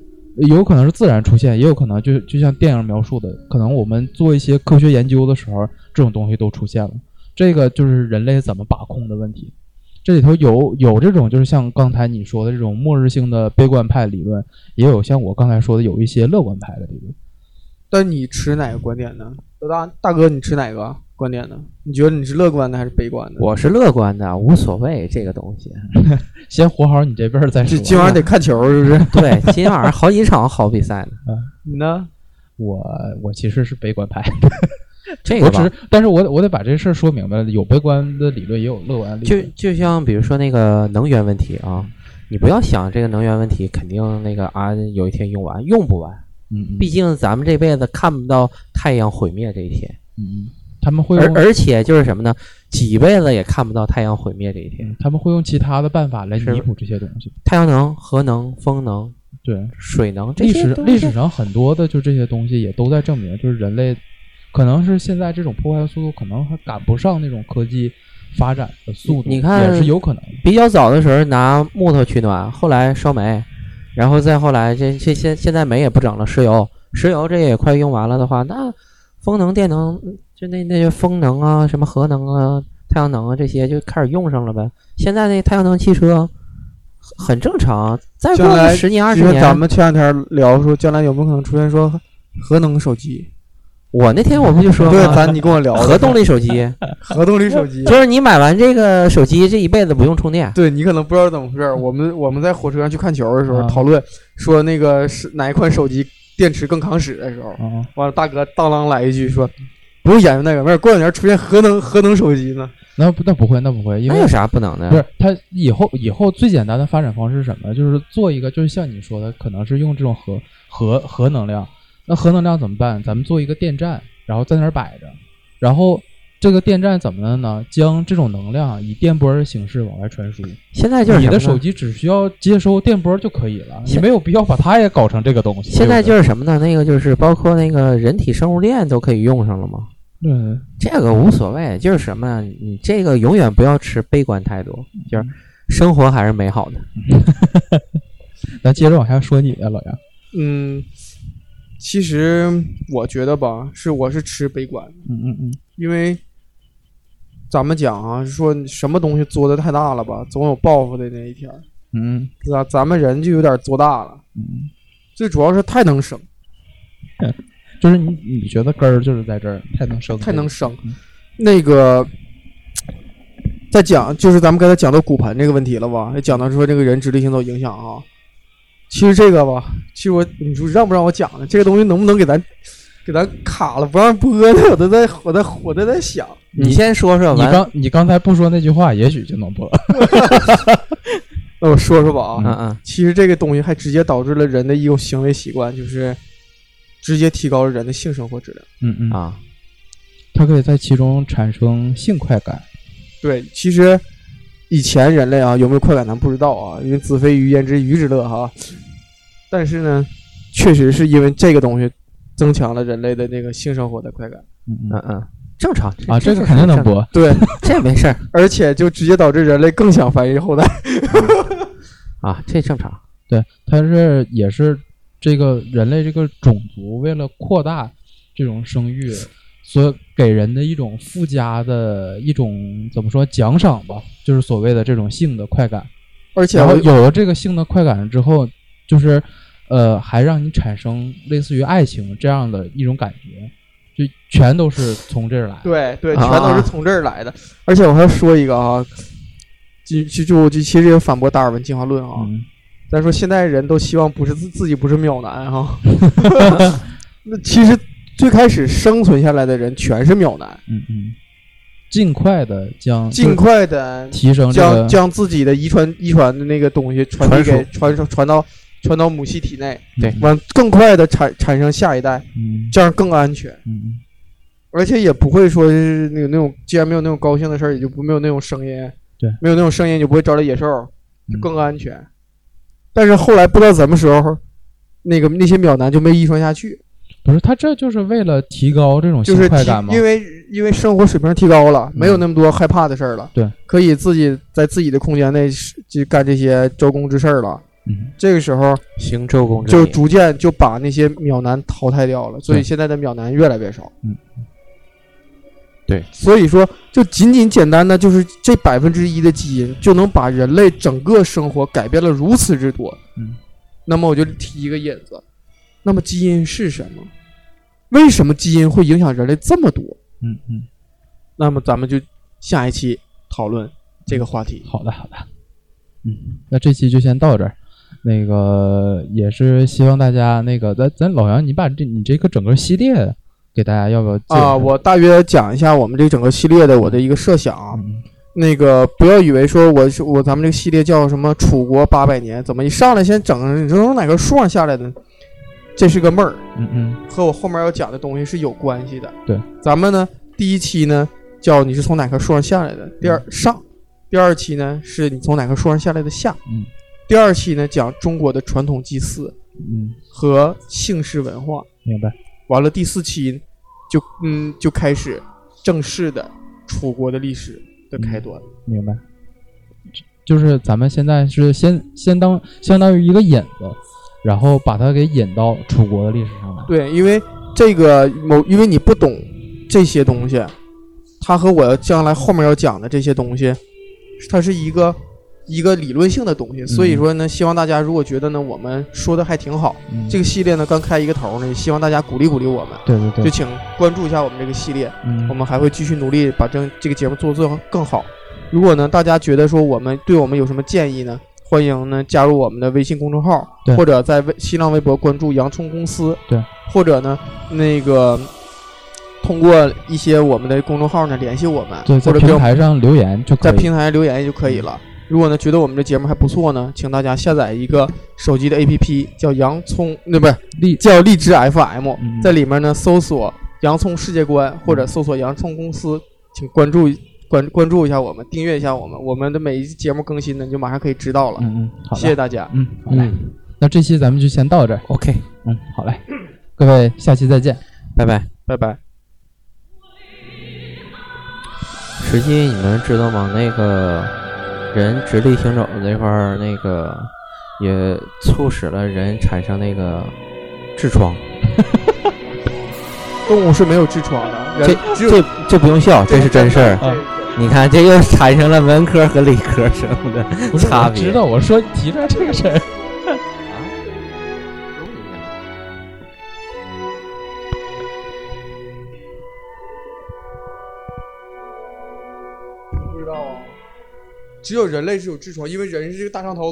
Speaker 1: 有可能是自然出现，也有可能就就像电影描述的，可能我们做一些科学研究的时候，这种东西都出现了。这个就是人类怎么把控的问题。这里头有有这种，就是像刚才你说的这种末日性的悲观派理论，也有像我刚才说的有一些乐观派的理论。
Speaker 3: 但你持哪个观点呢？大大哥，你持哪个观点呢？你觉得你是乐观的还是悲观的？
Speaker 2: 我是乐观的，无所谓这个 东西。
Speaker 1: 先活好你这辈儿再
Speaker 3: 这
Speaker 1: 说。
Speaker 3: 今晚得看球是不是？
Speaker 2: 对，今晚上好几场好比赛呢。
Speaker 3: 你呢？
Speaker 1: 我我其实是悲观派，
Speaker 2: 这
Speaker 1: 我
Speaker 2: 个
Speaker 1: 只
Speaker 2: 吧
Speaker 1: 是，但是我得我得把这事儿说明白了。有悲观的理论，也有乐观的理
Speaker 2: 就
Speaker 1: 论。
Speaker 2: 就像比如说那个能源问题啊，你不要想这个能源问题肯定那个啊有一天用完，用不完。
Speaker 1: 嗯嗯
Speaker 2: 毕竟咱们这辈子看不到太阳毁灭这一天，
Speaker 1: 嗯，嗯他们会
Speaker 2: 而
Speaker 1: 用、
Speaker 2: 而且就是什么呢？几辈子也看不到太阳毁灭这一天。
Speaker 1: 嗯他们会用其他的办法来
Speaker 2: 是
Speaker 1: 弥补这些东西。
Speaker 2: 太阳能、核能、风能、
Speaker 1: 对，
Speaker 2: 水能这
Speaker 1: 历
Speaker 2: 些
Speaker 1: 史
Speaker 2: 都
Speaker 1: 历
Speaker 2: 是
Speaker 1: 史上很多的就这些东西也都在证明，就是人类可能是现在这种破坏速度可能还赶不上那种科技发展的速度，
Speaker 2: 你看
Speaker 1: 也是有可能的。
Speaker 2: 比较早的时候拿木头取暖，后来烧煤，然后再后来这这现现在煤也不整了，石油，石油这也快用完了的话，那风能、电能就那那些风能啊、什么核能啊、太阳能啊这些就开始用上了呗。现在那太阳能汽车很很正常，再过
Speaker 3: 将来
Speaker 2: 个十年二
Speaker 3: 就
Speaker 2: 十
Speaker 3: 像咱
Speaker 2: 年，
Speaker 3: 们前两天聊说，将来有没有可能出现说核能手机？
Speaker 2: 我那天我不就说
Speaker 3: 对，
Speaker 2: 吗？
Speaker 3: 咱你跟我 聊的
Speaker 2: 核动力 手机，
Speaker 3: 核动力手机。
Speaker 2: 就是你买完这个手机，这一辈子不用充电。
Speaker 3: 对你可能不知道怎么回事儿，我们我们在火车上去看球的时候、
Speaker 1: 啊
Speaker 3: 讨论说那个是哪一款手机电池更抗使的时候，
Speaker 1: 嗯，
Speaker 3: 完了大哥当啷来一句说，不用研究那个，没事，过两年出现核能核能手机呢。
Speaker 1: 那不那不会，那不会，因
Speaker 2: 那
Speaker 1: 为
Speaker 2: 有啥不能的？
Speaker 1: 不是，它以后以后最简单的发展方式是什么？就是做一个，就是像你说的，可能是用这种核核核能量。那核能量怎么办？咱们做一个电站，然后在那儿摆着，然后这个电站怎么了呢？将这种能量以电波的形式往外传输。
Speaker 2: 现在就是
Speaker 1: 你
Speaker 2: 什
Speaker 1: 的
Speaker 2: 么呢
Speaker 1: 手机只需要接收电波就可以了，你
Speaker 2: 现
Speaker 1: 没有必要把它也搞成这个东西。
Speaker 2: 现在
Speaker 1: 对
Speaker 2: 就是什么呢？那个就是包括那个人体生物链都可以用上了嘛，
Speaker 1: 不对对
Speaker 2: 这个无所谓，就是什么呢？你这个永远不要持悲观态度，就是生活还是美好的。
Speaker 1: 咱接着往下说你的老杨。
Speaker 3: 嗯，其实我觉得吧，是我是持悲观，
Speaker 1: 嗯嗯嗯，
Speaker 3: 因为咱们讲啊，说什么东西作的太大了吧，总有报复的那一天儿。
Speaker 1: 嗯
Speaker 3: 咱咱们人就有点作大了，
Speaker 1: 嗯，
Speaker 3: 最主要是太能省，
Speaker 1: 就是你你觉得根儿就是在这儿，太能生，
Speaker 3: 太能省
Speaker 1: 嗯。
Speaker 3: 那个，再讲就是咱们刚才讲到骨盆这个问题了吧？也讲到说这个人直立行走影响啊。其实这个吧，其实我你说让不让我讲呢？这个东西能不能给咱给咱卡了，不让播呢？我都在我在我都在想，
Speaker 1: 你
Speaker 2: 先说说
Speaker 1: 嗯你
Speaker 2: 完，
Speaker 1: 刚你刚才不说那句话，也许就能播。
Speaker 3: 那我说说吧啊。
Speaker 2: 嗯嗯，
Speaker 3: 其实这个东西还直接导致了人的一种行为习惯，就是直接提高了人的性生活质量。
Speaker 1: 嗯嗯，
Speaker 2: 啊，
Speaker 1: 它可以在其中产生性快感。
Speaker 3: 对，其实以前人类啊有没有快感咱不知道啊，因为子非鱼焉知鱼之乐哈。但是呢，确实是因为这个东西增强了人类的那个性生活的快感。
Speaker 1: 嗯
Speaker 2: 嗯嗯，正常
Speaker 1: 啊，这
Speaker 2: 事
Speaker 1: 个
Speaker 2: 儿
Speaker 1: 肯定
Speaker 2: 正
Speaker 1: 能
Speaker 2: 常，
Speaker 1: 播。
Speaker 3: 对，
Speaker 2: 这没事儿
Speaker 3: 而且就直接导致人类更想繁衍后代。
Speaker 2: 啊，这正常。
Speaker 1: 对，它是也是这个人类这个种族为了扩大这种生育，所给人的一种附加的一种怎么说奖赏吧，就是所谓的这种性的快感。
Speaker 3: 而且
Speaker 1: 然
Speaker 3: 还
Speaker 1: 后
Speaker 3: 有
Speaker 1: 有了这个性的快感之后，就是呃，还让你产生类似于爱情这样的一种感觉，就全都是从这儿来。，
Speaker 3: 对对，
Speaker 2: 啊
Speaker 3: 全都是从这儿来的。而且我还要说一个啊，就就就我就其实也反驳达尔文进化论啊。
Speaker 1: 嗯，
Speaker 3: 咱说现在人都希望不是自自己不是秒 男哈，那其实最开始生存下来的人全是秒男，
Speaker 1: 嗯嗯，尽快的将
Speaker 3: 尽快的
Speaker 1: 提嗯升这
Speaker 3: 将
Speaker 1: 个
Speaker 3: 将自己的遗传遗传的那个东西传递
Speaker 2: 传
Speaker 3: 给传传传到传到母系体内，
Speaker 2: 对
Speaker 3: 完更快的产产生下一代，
Speaker 1: 嗯
Speaker 3: 这样更安全，
Speaker 1: 嗯嗯
Speaker 3: 而且也不会说是那个那种既然没有那种高兴的事儿，也就不没有那种声音，
Speaker 1: 对，
Speaker 3: 没有那种声音就不会招来野兽，就
Speaker 1: 嗯
Speaker 3: 更安全。但是后来不知道什么时候，那个那些秒男就没遗传下去。
Speaker 1: 不是，他这就是为了提高这种
Speaker 3: 就
Speaker 1: 性
Speaker 3: 是
Speaker 1: 快
Speaker 3: 提
Speaker 1: 感吗？嗯
Speaker 3: 因为因为生活水平提高了，没有那么多害怕的事儿了，
Speaker 1: 对，
Speaker 3: 可以自己在自己的空间内是就干这些周公之事儿了。
Speaker 1: 嗯
Speaker 3: 这个时候
Speaker 2: 行周公之
Speaker 3: 就
Speaker 2: 礼
Speaker 3: 逐渐就把那些秒男淘汰掉了，所以
Speaker 1: 对
Speaker 3: 现在的秒男越来越少。
Speaker 1: 嗯，
Speaker 2: 对，
Speaker 3: 所以说就仅仅简单的就是这百分之一的基因就能把人类整个生活改变了如此之多。
Speaker 1: 嗯，
Speaker 3: 那么我就提一个引子，那么基因是什么？为什么基因会影响人类这么多？
Speaker 1: 嗯嗯，
Speaker 3: 那么咱们就下一期讨论这个话题。
Speaker 1: 好的好的，嗯，那这期就先到这儿。那个也是希望大家那个，咱咱老杨，你把这你这个整个系列给大家要不要介绍
Speaker 3: 啊，我大约讲一下我们这整个系列的我的一个设想啊。
Speaker 1: 嗯
Speaker 3: 那个不要以为说我是我咱们这个系列叫什么楚国八百年，怎么一上来先整你说从哪个树上下来的？这是个闷儿，
Speaker 1: 嗯嗯
Speaker 3: 和我后面要讲的东西是有关系的。
Speaker 1: 对，
Speaker 3: 咱们呢第一期呢叫你是从哪棵树上下来的，第二上；第二期呢是你从哪棵树上下来的下。
Speaker 1: 嗯，
Speaker 3: 第二期呢讲中国的传统祭祀
Speaker 1: 嗯，
Speaker 3: 和姓氏文化。
Speaker 1: 明白。
Speaker 3: 完了第四期就嗯就开始正式的楚国的历史的开端。
Speaker 1: 明白，就是咱们现在是先先当相当于一个引子，然后把它给引到楚国的历史上来。
Speaker 3: 对，因为这个某因为你不懂这些东西，它和我将来后面要讲的这些东西，它是一个。一个理论性的东西，所以说呢，希望大家如果觉得呢，我们说的还挺好，
Speaker 1: 嗯，
Speaker 3: 这个系列呢刚开一个头呢，也希望大家鼓励鼓励我们，
Speaker 1: 对对
Speaker 3: 就
Speaker 1: 对，
Speaker 3: 请关注一下我们这个系列。
Speaker 1: 嗯
Speaker 3: 我们还会继续努力把这这个节目做得更更好。如果呢，大家觉得说我们对我们有什么建议呢？欢迎呢加入我们的微信公众号
Speaker 1: 对，
Speaker 3: 或者在微新浪微博关注洋葱公司，
Speaker 1: 对，
Speaker 3: 或者呢那个通过一些我们的公众号呢联系我们
Speaker 1: 对，，
Speaker 3: 或
Speaker 1: 在
Speaker 3: 者给
Speaker 1: 平
Speaker 3: 我们
Speaker 1: 台上留言就可
Speaker 3: 在
Speaker 1: 以。嗯
Speaker 3: 平台留言就可以了。如果呢觉得我们的节目还不错呢，请大家下载一个手机的 APP 叫洋葱，那不是
Speaker 1: 荔
Speaker 3: 叫荔枝 FM，、
Speaker 1: 嗯
Speaker 3: 在里面呢搜索“洋葱世界观”或者搜索“洋葱公司”，请关注关关注一下我们，订阅一下我们，我们的每一期节目更新呢，你就马上可以知道了。
Speaker 1: 嗯嗯，好的，
Speaker 3: 谢谢大家，
Speaker 1: 嗯，好嘞，那这期咱们就先到这儿。
Speaker 2: ，OK，
Speaker 1: 嗯，好嘞，各位，下期再见。
Speaker 2: 拜拜。
Speaker 3: 拜拜。
Speaker 2: 实际你们知道吗？那个人直立行走这块儿，那个也促使了人产生那个痔疮。
Speaker 3: 动物是没有痔疮的，人只有
Speaker 2: 这这不用笑，这是真事儿。
Speaker 1: 啊
Speaker 2: 你看，这又产生了文科和理科什么的
Speaker 1: 不是，
Speaker 2: 差
Speaker 1: 我
Speaker 2: 别。
Speaker 1: 知道，我说提出来这个事儿。
Speaker 3: 不知道啊，只有人类是有痔疮，因为人是个大长头子。